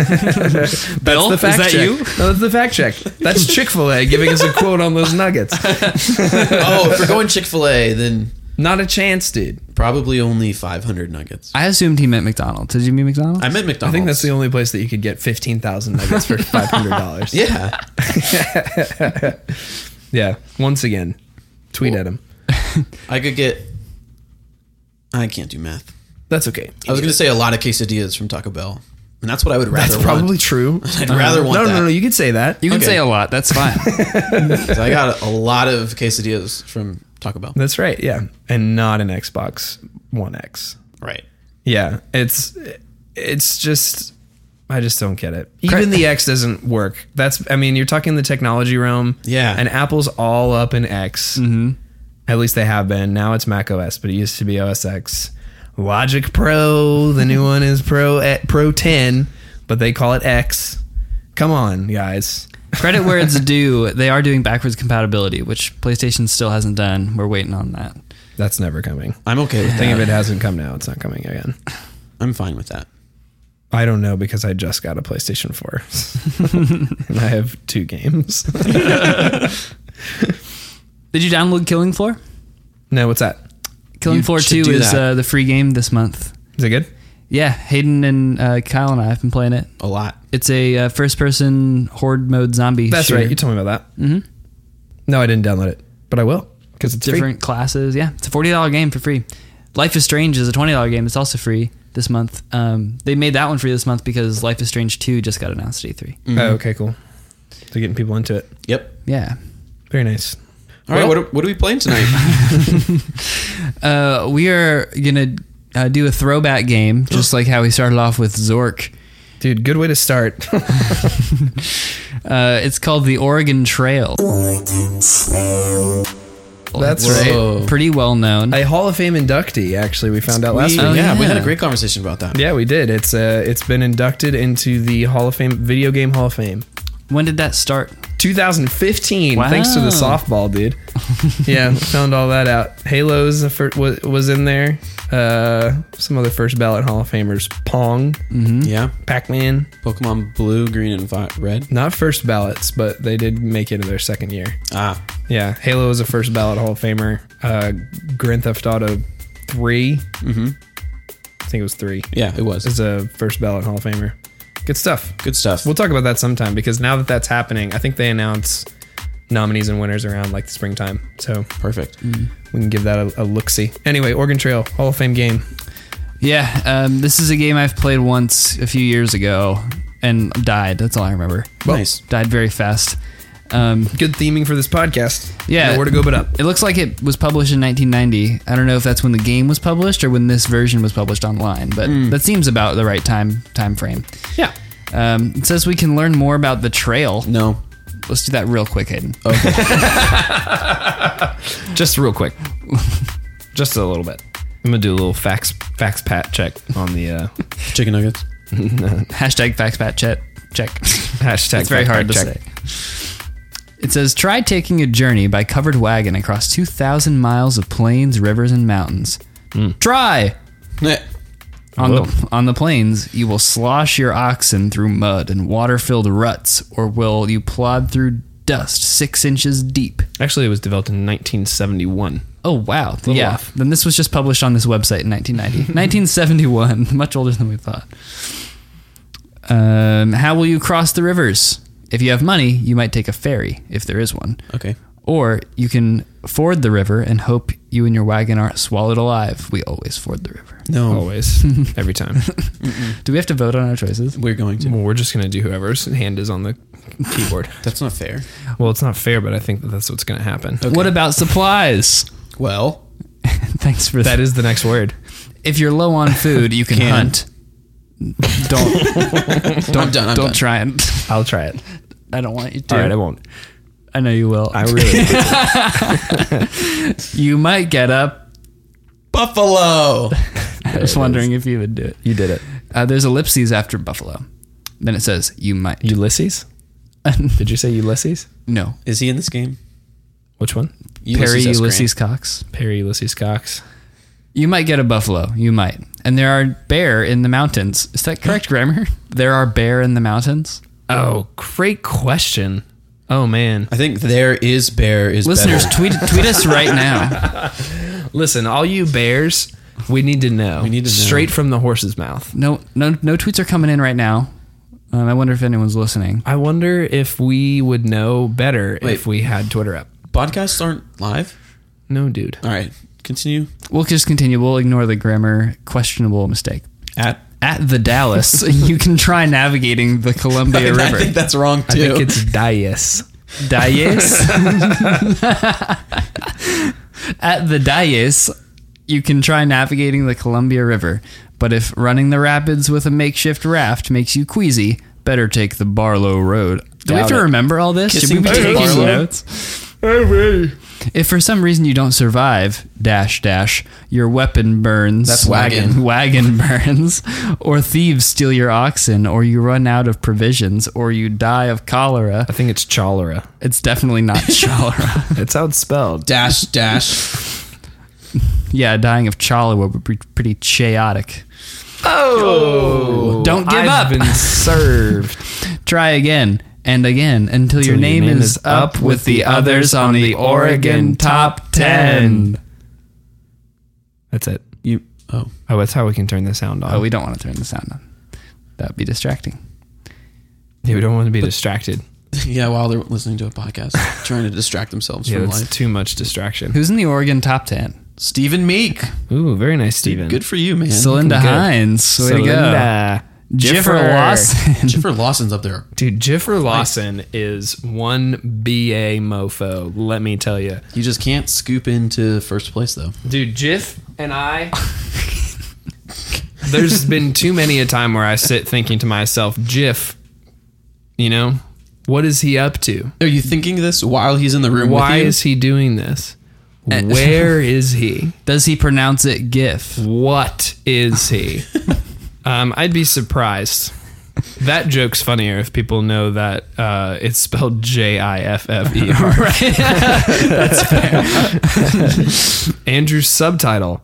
[SPEAKER 1] Bill,
[SPEAKER 2] The fact
[SPEAKER 1] is that
[SPEAKER 2] check.
[SPEAKER 1] you?
[SPEAKER 2] No, that's the fact check. That's Chick fil A giving us a quote on those nuggets.
[SPEAKER 3] oh, if we're going Chick Fil A, then
[SPEAKER 2] Not a chance, dude.
[SPEAKER 3] probably only 500 nuggets.
[SPEAKER 1] I assumed he meant McDonald's. Did you mean McDonald's?
[SPEAKER 3] I meant McDonald's.
[SPEAKER 2] I think that's the only place that you could get 15,000 nuggets for $500.
[SPEAKER 3] yeah.
[SPEAKER 2] Yeah. Once again, tweet at him.
[SPEAKER 3] I could get. I can't do math.
[SPEAKER 2] That's okay.
[SPEAKER 3] I was going to say a lot of quesadillas from Taco Bell, and that's what I would rather.
[SPEAKER 2] That's probably
[SPEAKER 3] Want.
[SPEAKER 2] true.
[SPEAKER 3] I'd rather want
[SPEAKER 2] no,
[SPEAKER 3] that.
[SPEAKER 2] no, no. You could say that.
[SPEAKER 1] you can
[SPEAKER 3] okay.
[SPEAKER 1] say a lot. That's fine.
[SPEAKER 3] 'Cause I got a, a lot of quesadillas from Taco Bell.
[SPEAKER 2] That's right. Yeah. And not an Xbox One X.
[SPEAKER 3] Right.
[SPEAKER 2] Yeah. It's it's just I just don't get it. Even the X doesn't work. That's I mean, you're talking the technology realm.
[SPEAKER 3] Yeah.
[SPEAKER 2] And Apple's all up in X. Mm-hmm. At least they have been. Now it's Mac OS, but it used to be OS X. Logic Pro, the new one is Pro eh, Pro 10, but they call it X. Come on, guys.
[SPEAKER 1] Credit where it's due. They are doing backwards compatibility, which PlayStation still hasn't done. We're waiting on that.
[SPEAKER 2] That's never coming.
[SPEAKER 3] I'm okay with
[SPEAKER 2] Thing if
[SPEAKER 3] that.
[SPEAKER 2] it hasn't come now, it's not coming again.
[SPEAKER 3] I'm fine with that.
[SPEAKER 2] I don't know because I just got a PlayStation 4 and I have two games.
[SPEAKER 1] Did you download Killing Floor?
[SPEAKER 2] no, what's that?
[SPEAKER 1] Killing
[SPEAKER 3] You
[SPEAKER 1] Floor
[SPEAKER 3] should
[SPEAKER 1] 2
[SPEAKER 3] do
[SPEAKER 1] is
[SPEAKER 3] that.
[SPEAKER 1] uh, the free game this month.
[SPEAKER 2] Is it good?
[SPEAKER 1] Yeah, Hayden and uh, Kyle and I have been playing it.
[SPEAKER 3] A lot.
[SPEAKER 1] It's a uh, first person horde mode zombie.
[SPEAKER 2] That's
[SPEAKER 1] shooter.
[SPEAKER 2] right. You told me about that. Mm-hmm. No, I didn't download it, but I will because it's different.
[SPEAKER 1] different classes. Yeah, it's a forty dollar game for free. Life is Strange is a twenty dollar game. It's also free this month. Um, they made that one free this month because Life is Strange two just got announced at E three.
[SPEAKER 2] Oh, okay, cool. They're getting people into it.
[SPEAKER 3] Yep.
[SPEAKER 1] Yeah.
[SPEAKER 2] Very nice.
[SPEAKER 3] All right.
[SPEAKER 2] Well-
[SPEAKER 3] What are, what are we playing tonight?
[SPEAKER 1] Uh, we are gonna uh, do a throwback game, just like how we started off with Zork.
[SPEAKER 2] Dude, good way to start.
[SPEAKER 1] Uh, it's called the Oregon Trail.
[SPEAKER 2] That's
[SPEAKER 3] Whoa.
[SPEAKER 1] Pretty well known.
[SPEAKER 2] a Hall of Fame inductee, actually, we found out last
[SPEAKER 3] We-
[SPEAKER 2] week.
[SPEAKER 1] Oh,
[SPEAKER 3] yeah, we
[SPEAKER 1] yeah.
[SPEAKER 3] had a great conversation about that.
[SPEAKER 2] Yeah, we did. It's uh, it's been inducted into the Hall of Fame, Video Game Hall of Fame.
[SPEAKER 1] when did that start?
[SPEAKER 2] 2015,
[SPEAKER 1] Wow.
[SPEAKER 2] thanks to the softball, dude. yeah, found all that out. Halo's the fir- was, was in there. Uh, some other first ballot Hall of Famers. Pong,
[SPEAKER 3] Yeah.
[SPEAKER 2] Pac Man.
[SPEAKER 3] Pokemon Blue, Green, and Vi- Red.
[SPEAKER 2] Not first ballots, but they did make it to their second year.
[SPEAKER 3] Ah,
[SPEAKER 2] Yeah, Halo is a first ballot Hall of Famer. Uh, Grand Theft Auto 3. Mm-hmm. I think it was 3.
[SPEAKER 3] yeah, it was.
[SPEAKER 2] Is a first ballot Hall of Famer. Good stuff.
[SPEAKER 3] Good stuff.
[SPEAKER 2] We'll talk about that sometime because now that that's happening, I think they announce nominees and winners around like the springtime. So
[SPEAKER 3] Perfect.
[SPEAKER 2] we can give that a, a look see. Anyway, Oregon Trail Hall of Fame game.
[SPEAKER 1] Yeah, um, this is a game I've played once a few years ago and died. That's all I remember.
[SPEAKER 3] nice.
[SPEAKER 1] Died very fast. Um,
[SPEAKER 2] Good theming for this podcast.
[SPEAKER 1] Yeah.
[SPEAKER 2] Nowhere to go but up.
[SPEAKER 1] it looks like it was published in 1990. I don't know if that's when the game was published or when this version was published online, but
[SPEAKER 2] Hmm.
[SPEAKER 1] that seems about the right time time frame.
[SPEAKER 2] Yeah.
[SPEAKER 1] Um, it says we can learn more about the trail.
[SPEAKER 3] No.
[SPEAKER 1] Let's do that real quick, Hayden.
[SPEAKER 2] Just real quick. Just a little bit. I'm gonna do a little facts facts pat check on the uh,
[SPEAKER 3] Chicken nuggets.
[SPEAKER 1] Hashtag facts pat chat check.
[SPEAKER 2] hashtag.
[SPEAKER 1] It's very
[SPEAKER 2] fact
[SPEAKER 1] hard to
[SPEAKER 2] check.
[SPEAKER 1] say. It says, try taking a journey by covered wagon across 2,000 miles of plains, rivers, and mountains.
[SPEAKER 2] Hmm.
[SPEAKER 1] Try!
[SPEAKER 3] Meh.
[SPEAKER 1] On the,
[SPEAKER 2] Whoa.
[SPEAKER 1] on the plains, you will slosh your oxen through mud and water filled ruts, or will you plod through dust six inches deep?
[SPEAKER 2] Actually, it was developed in 1971.
[SPEAKER 1] Oh, wow. yeah.
[SPEAKER 2] off.
[SPEAKER 1] Then this was just published on this website in 1990. 1971. Much older than we thought. Um, how will you cross the rivers? If you have money, you might take a ferry, if there is one.
[SPEAKER 3] Okay.
[SPEAKER 1] Or you can ford the river and hope you and your wagon aren't swallowed alive. We always ford the river.
[SPEAKER 2] Oh.
[SPEAKER 3] No,
[SPEAKER 2] Always, every time.
[SPEAKER 1] Do we have to vote on our choices?
[SPEAKER 3] we're going to.
[SPEAKER 2] well, we're just gonna do whoever's hand is on the keyboard.
[SPEAKER 3] That's not fair.
[SPEAKER 2] Well, it's not fair, but I think that that's what's gonna happen.
[SPEAKER 1] What about supplies?
[SPEAKER 3] Well,
[SPEAKER 1] Thanks for
[SPEAKER 2] That
[SPEAKER 1] that.
[SPEAKER 2] is the next word.
[SPEAKER 1] If you're low on food, you can,
[SPEAKER 3] Can.
[SPEAKER 1] hunt. Don't
[SPEAKER 3] don't, I'm done. I'm
[SPEAKER 1] don't
[SPEAKER 3] done.
[SPEAKER 1] try and
[SPEAKER 2] I'll try it.
[SPEAKER 1] I don't want you to.
[SPEAKER 2] All right, I won't.
[SPEAKER 1] I know you will.
[SPEAKER 2] I really.
[SPEAKER 1] you might get up.
[SPEAKER 3] Buffalo.
[SPEAKER 1] I was wondering if you would do it.
[SPEAKER 2] you did it.
[SPEAKER 1] Uh, there's ellipses after buffalo. Then it says you might.
[SPEAKER 2] Ulysses. Did you say Ulysses?
[SPEAKER 1] no,
[SPEAKER 3] Is he in this game?
[SPEAKER 2] Which one?
[SPEAKER 1] Perry
[SPEAKER 3] S. Grant.
[SPEAKER 1] Ulysses Cox.
[SPEAKER 2] Perry Ulysses Cox.
[SPEAKER 1] You might get a buffalo. You might. And there are bear in the mountains. Is that correct grammar? There are bear in the mountains.
[SPEAKER 2] Oh, great question. Oh man.
[SPEAKER 3] I think there is bear is
[SPEAKER 1] Listeners,
[SPEAKER 3] better.
[SPEAKER 1] tweet tweet us right now.
[SPEAKER 2] Listen, all you bears, we need to know. We
[SPEAKER 3] need to know.
[SPEAKER 2] straight from the horse's mouth.
[SPEAKER 1] No no no tweets are coming in right now. Um, I wonder if anyone's listening.
[SPEAKER 2] I wonder if we would know better
[SPEAKER 3] Wait.
[SPEAKER 2] if we had Twitter up.
[SPEAKER 3] Podcasts aren't live.
[SPEAKER 2] No, dude.
[SPEAKER 3] All right, continue.
[SPEAKER 1] We'll just continue. We'll ignore the grammar questionable mistake.
[SPEAKER 3] At
[SPEAKER 1] At the Dallas, you can try navigating the Columbia
[SPEAKER 3] I
[SPEAKER 1] River.
[SPEAKER 3] think that's wrong too.
[SPEAKER 2] I think it's Dias.
[SPEAKER 1] Dais. At the Dais, you can try navigating the Columbia River, but if running the rapids with a makeshift raft makes you queasy, better take the Barlow Road. Do we have
[SPEAKER 2] Doubt
[SPEAKER 1] to
[SPEAKER 2] it.
[SPEAKER 1] remember all this? Should we
[SPEAKER 3] Kissing
[SPEAKER 1] be
[SPEAKER 3] Barlow?
[SPEAKER 1] taking
[SPEAKER 3] Barlow?
[SPEAKER 1] notes? If for some reason you don't survive, dash dash, your weapon burns.
[SPEAKER 3] That's wagon.
[SPEAKER 1] Wagon burns, or thieves steal your oxen, or you run out of provisions, or you die of cholera.
[SPEAKER 2] I think it's Cholera.
[SPEAKER 1] It's definitely not cholera.
[SPEAKER 2] It's outspelled.
[SPEAKER 3] dash dash.
[SPEAKER 1] yeah, dying of cholera would be pretty chaotic.
[SPEAKER 2] Oh,
[SPEAKER 1] Don't give
[SPEAKER 2] I've
[SPEAKER 1] up.
[SPEAKER 2] Been served.
[SPEAKER 1] Try again and again until your
[SPEAKER 2] your
[SPEAKER 1] name,
[SPEAKER 2] name
[SPEAKER 1] is,
[SPEAKER 2] is
[SPEAKER 1] up with, the others on the Oregon top 10.
[SPEAKER 2] That's it.
[SPEAKER 3] You oh
[SPEAKER 2] Oh, that's how we can turn the sound off.
[SPEAKER 1] Oh, we don't want to turn the sound on. That'd be distracting.
[SPEAKER 2] yeah, we don't want to be distracted.
[SPEAKER 3] yeah. While they're listening to a podcast, trying to distract themselves
[SPEAKER 2] Yeah,
[SPEAKER 3] from
[SPEAKER 2] that's
[SPEAKER 3] life.
[SPEAKER 2] too much distraction.
[SPEAKER 1] Who's in the Oregon top 10?
[SPEAKER 3] Stephen Meek.
[SPEAKER 2] Ooh, very nice, Steven.
[SPEAKER 3] Good for you, man.
[SPEAKER 1] Celinda
[SPEAKER 2] good.
[SPEAKER 1] Hines. Way
[SPEAKER 2] Celinda.
[SPEAKER 1] to go. Jiffer
[SPEAKER 2] Jiffer.
[SPEAKER 1] Lawson.
[SPEAKER 3] Jennifer Lawson's up there.
[SPEAKER 2] Dude, Jiffer Lawson is one BA mofo, let me tell you.
[SPEAKER 3] You just can't scoop into first place though.
[SPEAKER 2] Dude, Jiff and I. there's been too many a time where I sit thinking to myself, Jiff, you know, what is he up to?
[SPEAKER 3] Are you thinking this while he's in the room? with
[SPEAKER 2] Why
[SPEAKER 3] you?
[SPEAKER 2] is he doing this? Where is he?
[SPEAKER 1] Does he pronounce it GIF?
[SPEAKER 2] What is he? um, I'd be surprised. That joke's funnier if people know that uh, it's spelled J I F F E R. Andrew's subtitle.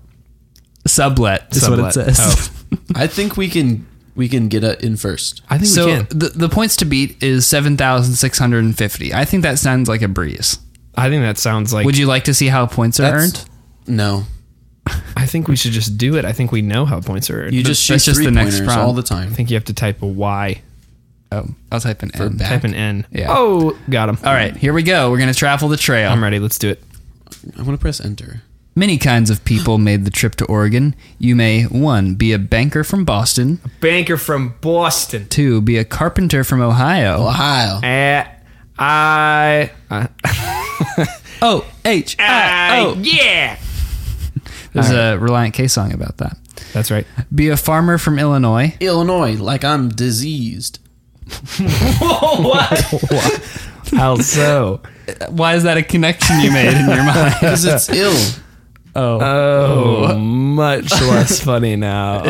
[SPEAKER 1] Sublet is what it
[SPEAKER 2] Sublet.
[SPEAKER 1] says.
[SPEAKER 2] Oh.
[SPEAKER 3] I think we can we can get a, in first.
[SPEAKER 2] I think
[SPEAKER 1] So
[SPEAKER 2] we can.
[SPEAKER 1] the, the points to beat is 7,650. I think that sounds like a breeze.
[SPEAKER 2] I think that sounds like.
[SPEAKER 1] Would you like to see how points are
[SPEAKER 3] That's-
[SPEAKER 1] earned?
[SPEAKER 3] No,
[SPEAKER 2] I think we should just do it. I think we know how points are. earned.
[SPEAKER 3] you just shoot
[SPEAKER 1] that's just
[SPEAKER 3] three
[SPEAKER 1] the next
[SPEAKER 3] pointers
[SPEAKER 1] prompt.
[SPEAKER 3] all the time.
[SPEAKER 2] I think you have to type a Y,
[SPEAKER 1] Oh, I'll type an N.
[SPEAKER 3] back.
[SPEAKER 2] type an N.
[SPEAKER 1] Yeah.
[SPEAKER 2] Oh, got him.
[SPEAKER 1] All right, here we go. We're going to travel the trail.
[SPEAKER 2] I'm ready. Let's do it.
[SPEAKER 3] I'm gonna press enter.
[SPEAKER 1] Many kinds of people made the trip to Oregon. You may, one, be a banker from Boston,
[SPEAKER 2] Banker from Boston.
[SPEAKER 1] two, be a carpenter from Ohio.
[SPEAKER 3] Ohio.
[SPEAKER 2] At I. I
[SPEAKER 1] Oh, H.
[SPEAKER 2] Uh, oh yeah.
[SPEAKER 1] There's a Reliant K song about that.
[SPEAKER 2] That's right.
[SPEAKER 1] Be a farmer from Illinois.
[SPEAKER 3] Illinois, like I'm diseased.
[SPEAKER 2] what? How so?
[SPEAKER 1] Why is that a connection you made in your mind?
[SPEAKER 3] because it's ill.
[SPEAKER 1] Oh,
[SPEAKER 2] Oh, much less funny now.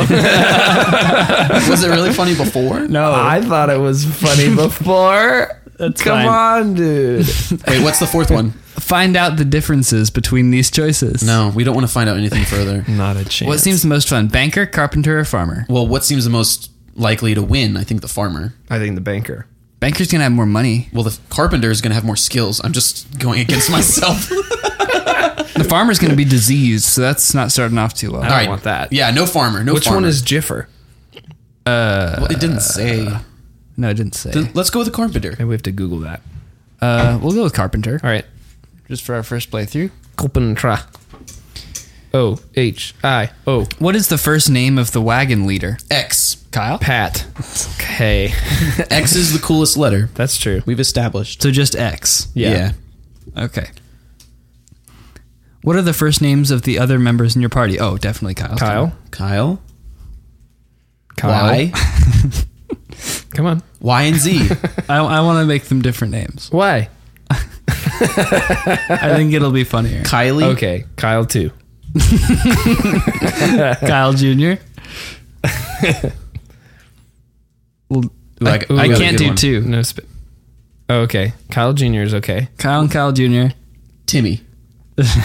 [SPEAKER 3] Was it really funny before?
[SPEAKER 1] no.
[SPEAKER 2] Oh, I thought it was funny before. Come
[SPEAKER 1] fine.
[SPEAKER 2] on, dude.
[SPEAKER 3] Wait, what's the fourth one?
[SPEAKER 1] Find out the differences between these choices.
[SPEAKER 3] No, we don't want to find out anything further.
[SPEAKER 2] Not a chance.
[SPEAKER 1] What seems the most fun? Banker, carpenter, or farmer?
[SPEAKER 3] Well, what seems the most likely to win? I think the farmer.
[SPEAKER 2] I think the banker.
[SPEAKER 1] Banker's gonna have more money.
[SPEAKER 3] Well, the carpenter is going to have more skills. I'm just going against myself. All
[SPEAKER 1] The farmer's gonna be diseased, so that's not starting off too well.
[SPEAKER 2] don't want that.
[SPEAKER 3] Yeah, no farmer. No.
[SPEAKER 2] Which
[SPEAKER 3] farmer.
[SPEAKER 2] one is Jiffer?
[SPEAKER 3] Well, it didn't say.
[SPEAKER 1] No, I didn't say.
[SPEAKER 3] Then let's go with the carpenter.
[SPEAKER 2] Maybe we have to Google that.
[SPEAKER 1] Uh, we'll go with carpenter
[SPEAKER 2] All right.
[SPEAKER 1] just for our first playthrough.
[SPEAKER 2] Kulpentra. O H I O.
[SPEAKER 1] What is the first name of the wagon leader?
[SPEAKER 3] X.
[SPEAKER 1] Kyle.
[SPEAKER 2] Pat. Okay.
[SPEAKER 3] X is the coolest letter.
[SPEAKER 2] That's true.
[SPEAKER 3] We've established.
[SPEAKER 1] So just X.
[SPEAKER 2] Yeah.
[SPEAKER 1] Okay. What are the first names of the other members in your party? Oh, definitely Kyle.
[SPEAKER 2] Kyle.
[SPEAKER 3] Kyle.
[SPEAKER 2] Kyle.
[SPEAKER 3] Y.
[SPEAKER 2] Come on.
[SPEAKER 3] Y and Z.
[SPEAKER 1] I, want to make them different names.
[SPEAKER 2] Why?
[SPEAKER 1] I think it'll be funnier.
[SPEAKER 3] Kylie.
[SPEAKER 2] Okay. Kyle too.
[SPEAKER 1] Kyle Jr. well,
[SPEAKER 3] Ooh,
[SPEAKER 1] I,
[SPEAKER 3] I- ooh, I
[SPEAKER 1] I
[SPEAKER 3] got a
[SPEAKER 1] can't
[SPEAKER 3] good
[SPEAKER 1] do
[SPEAKER 3] one.
[SPEAKER 1] two.
[SPEAKER 2] No spit. Oh, okay. Kyle Jr. is okay.
[SPEAKER 1] Kyle and Kyle Jr.
[SPEAKER 3] Timmy.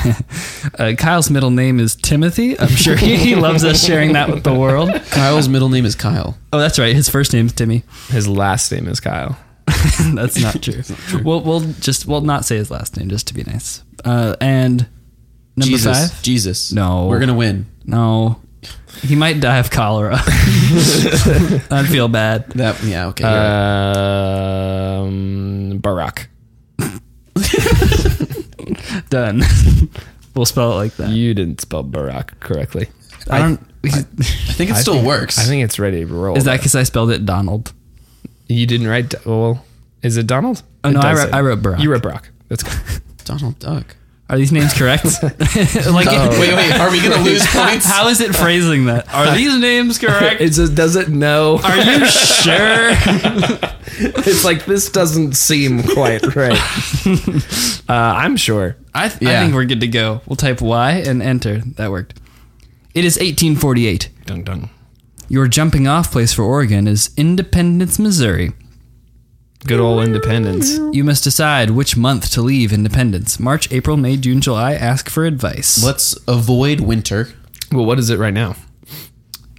[SPEAKER 1] Uh, Kyle's middle name is Timothy. I'm sure he, he loves us sharing that with the world.
[SPEAKER 3] Kyle's middle name is Kyle.
[SPEAKER 1] Oh, that's right. His first name's Timmy.
[SPEAKER 2] His last name is Kyle.
[SPEAKER 1] that's not true. We'll, we'll just we'll not say his last name just to be nice. Uh, and number
[SPEAKER 3] Jesus.
[SPEAKER 1] five.
[SPEAKER 3] Jesus.
[SPEAKER 1] No.
[SPEAKER 3] We're gonna win.
[SPEAKER 1] No, he might die of cholera. I'd feel bad.
[SPEAKER 3] That. Yeah. Okay. you're
[SPEAKER 2] Uh,
[SPEAKER 3] right.
[SPEAKER 2] Um, Barack.
[SPEAKER 1] Done. we'll spell it like that.
[SPEAKER 2] You didn't spell Barack correctly.
[SPEAKER 1] I don't.
[SPEAKER 3] I think it still works.
[SPEAKER 2] I think it's ready to roll.
[SPEAKER 1] is that because I spelled it Donald?
[SPEAKER 2] you didn't write? Well, is it Donald?
[SPEAKER 1] Oh,
[SPEAKER 2] It
[SPEAKER 1] no, I
[SPEAKER 2] does
[SPEAKER 1] wrote-
[SPEAKER 2] say-
[SPEAKER 1] I wrote Barack.
[SPEAKER 2] You wrote Barack. That's good.
[SPEAKER 3] Donald Duck. Oh.
[SPEAKER 1] Are these names correct? like,
[SPEAKER 3] Wait, wait. Are we gonna lose points?
[SPEAKER 1] how is it phrasing that? Are these names correct?
[SPEAKER 2] It just doesn't know.
[SPEAKER 1] Are you sure?
[SPEAKER 2] It's like this doesn't seem quite right. uh, I'm sure.
[SPEAKER 1] I, th- I
[SPEAKER 3] Yeah.
[SPEAKER 1] think we're good to go. We'll type Y and enter. That worked. It is 1848.
[SPEAKER 2] Dung dung.
[SPEAKER 1] Your jumping off place for Oregon is Independence, Missouri.
[SPEAKER 2] Good old independence.
[SPEAKER 1] You must decide which month to leave Independence. March, April, May, June, July. Ask for advice.
[SPEAKER 3] Let's avoid winter.
[SPEAKER 2] Well, what is it right now?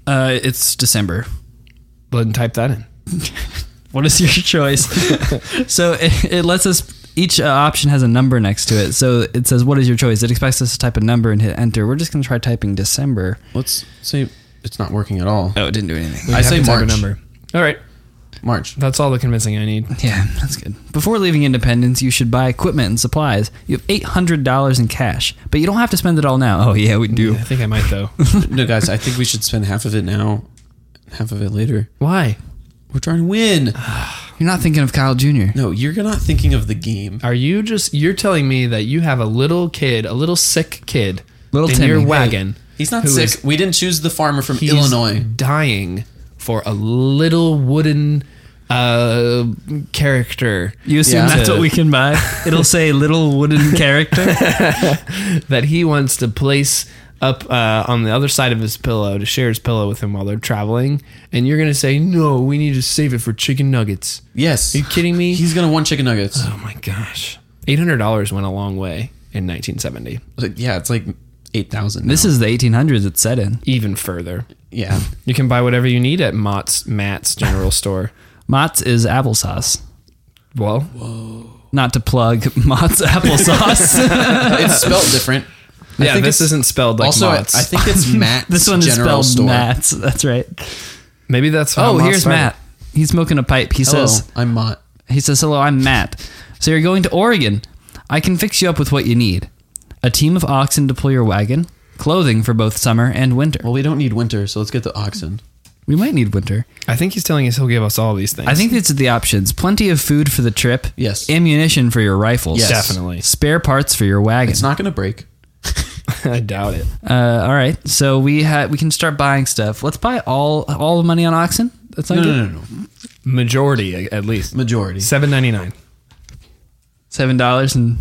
[SPEAKER 1] Uh, it's December.
[SPEAKER 2] Then type that in.
[SPEAKER 1] What is your choice? so it, it lets us. Each uh, option has a number next to it. So it says, "What is your choice?" It expects us to type a number and hit enter. We're just gonna try typing December.
[SPEAKER 3] Let's say it's not working at all.
[SPEAKER 1] Oh, it didn't do anything.
[SPEAKER 3] I
[SPEAKER 2] You have
[SPEAKER 3] say
[SPEAKER 2] to type a
[SPEAKER 3] March.
[SPEAKER 2] number. All right,
[SPEAKER 3] March.
[SPEAKER 2] that's all the convincing I need.
[SPEAKER 1] Yeah, that's good. Before leaving Independence, you should buy equipment and supplies. You have eight hundred dollars in cash, but you don't have to spend it all now. Oh yeah, we do.
[SPEAKER 2] I think I might though.
[SPEAKER 3] No, guys. I think we should spend half of it now, half of it later.
[SPEAKER 2] Why?
[SPEAKER 3] We're trying to win.
[SPEAKER 1] You're not thinking of Kyle Jr.
[SPEAKER 3] No, you're not thinking of the game.
[SPEAKER 2] Are you just? You're telling me that you have a little kid, a little sick kid,
[SPEAKER 1] Little
[SPEAKER 2] in
[SPEAKER 1] Timmy.
[SPEAKER 2] your wagon.
[SPEAKER 3] He's not
[SPEAKER 2] who
[SPEAKER 3] sick.
[SPEAKER 2] is-
[SPEAKER 3] we didn't choose the farmer from
[SPEAKER 2] he's
[SPEAKER 3] Illinois.
[SPEAKER 2] dying for a little wooden uh, character
[SPEAKER 1] You assume
[SPEAKER 3] Yeah.
[SPEAKER 1] that's what we can buy? It'll say little wooden character.
[SPEAKER 2] that he wants to place up uh, on the other side of his pillow to share his pillow with him while they're traveling. And you're gonna say, "No, we need to save it for chicken nuggets."
[SPEAKER 3] Yes.
[SPEAKER 2] Are you kidding me?
[SPEAKER 3] He's gonna want chicken nuggets.
[SPEAKER 2] oh my gosh, eight hundred dollars went a long way in 1970.
[SPEAKER 3] Like, yeah, it's like eight thousand.
[SPEAKER 1] This is the 1800s it's set in.
[SPEAKER 2] Even further,
[SPEAKER 3] yeah.
[SPEAKER 2] you can buy whatever you need at Mott's Matt's General Store.
[SPEAKER 1] Mott's is applesauce.
[SPEAKER 2] Well,
[SPEAKER 1] Not to plug Mott's applesauce.
[SPEAKER 3] it's spelled different.
[SPEAKER 2] yeah,
[SPEAKER 3] think
[SPEAKER 2] this
[SPEAKER 3] it's-
[SPEAKER 2] isn't spelled like
[SPEAKER 3] also, I, I
[SPEAKER 2] Mott's.
[SPEAKER 3] think it's Matt.
[SPEAKER 1] this one is
[SPEAKER 3] General
[SPEAKER 1] spelled
[SPEAKER 3] Store.
[SPEAKER 1] Matt's. That's right.
[SPEAKER 2] Maybe that's how
[SPEAKER 1] Oh,
[SPEAKER 2] Mott's
[SPEAKER 1] here's
[SPEAKER 2] started.
[SPEAKER 1] Matt. He's smoking a pipe. He
[SPEAKER 3] Hello,
[SPEAKER 1] says,
[SPEAKER 3] I'm Matt.
[SPEAKER 1] "He says hello. I'm Matt. So you're going to Oregon. I can fix you up with what you need: a team of oxen to pull your wagon, clothing for both summer and winter.
[SPEAKER 3] Well, we don't need winter, so let's get the oxen.
[SPEAKER 1] We might need winter.
[SPEAKER 2] I think he's telling us he'll give us all these things.
[SPEAKER 1] I think these are the options: plenty of food for the trip,
[SPEAKER 3] Yes.
[SPEAKER 1] ammunition for your rifles,
[SPEAKER 3] Yes.
[SPEAKER 2] Definitely.
[SPEAKER 1] spare parts for your wagon.
[SPEAKER 3] It's not gonna break.
[SPEAKER 2] I doubt it.
[SPEAKER 1] Uh, all right, so we ha- we can start buying stuff. Let's buy all all the money on oxen. That's not
[SPEAKER 3] No,
[SPEAKER 1] good.
[SPEAKER 3] no, no, no.
[SPEAKER 2] Majority, a- at least.
[SPEAKER 3] Majority.
[SPEAKER 2] Seven ninety nine.
[SPEAKER 1] Seven dollars and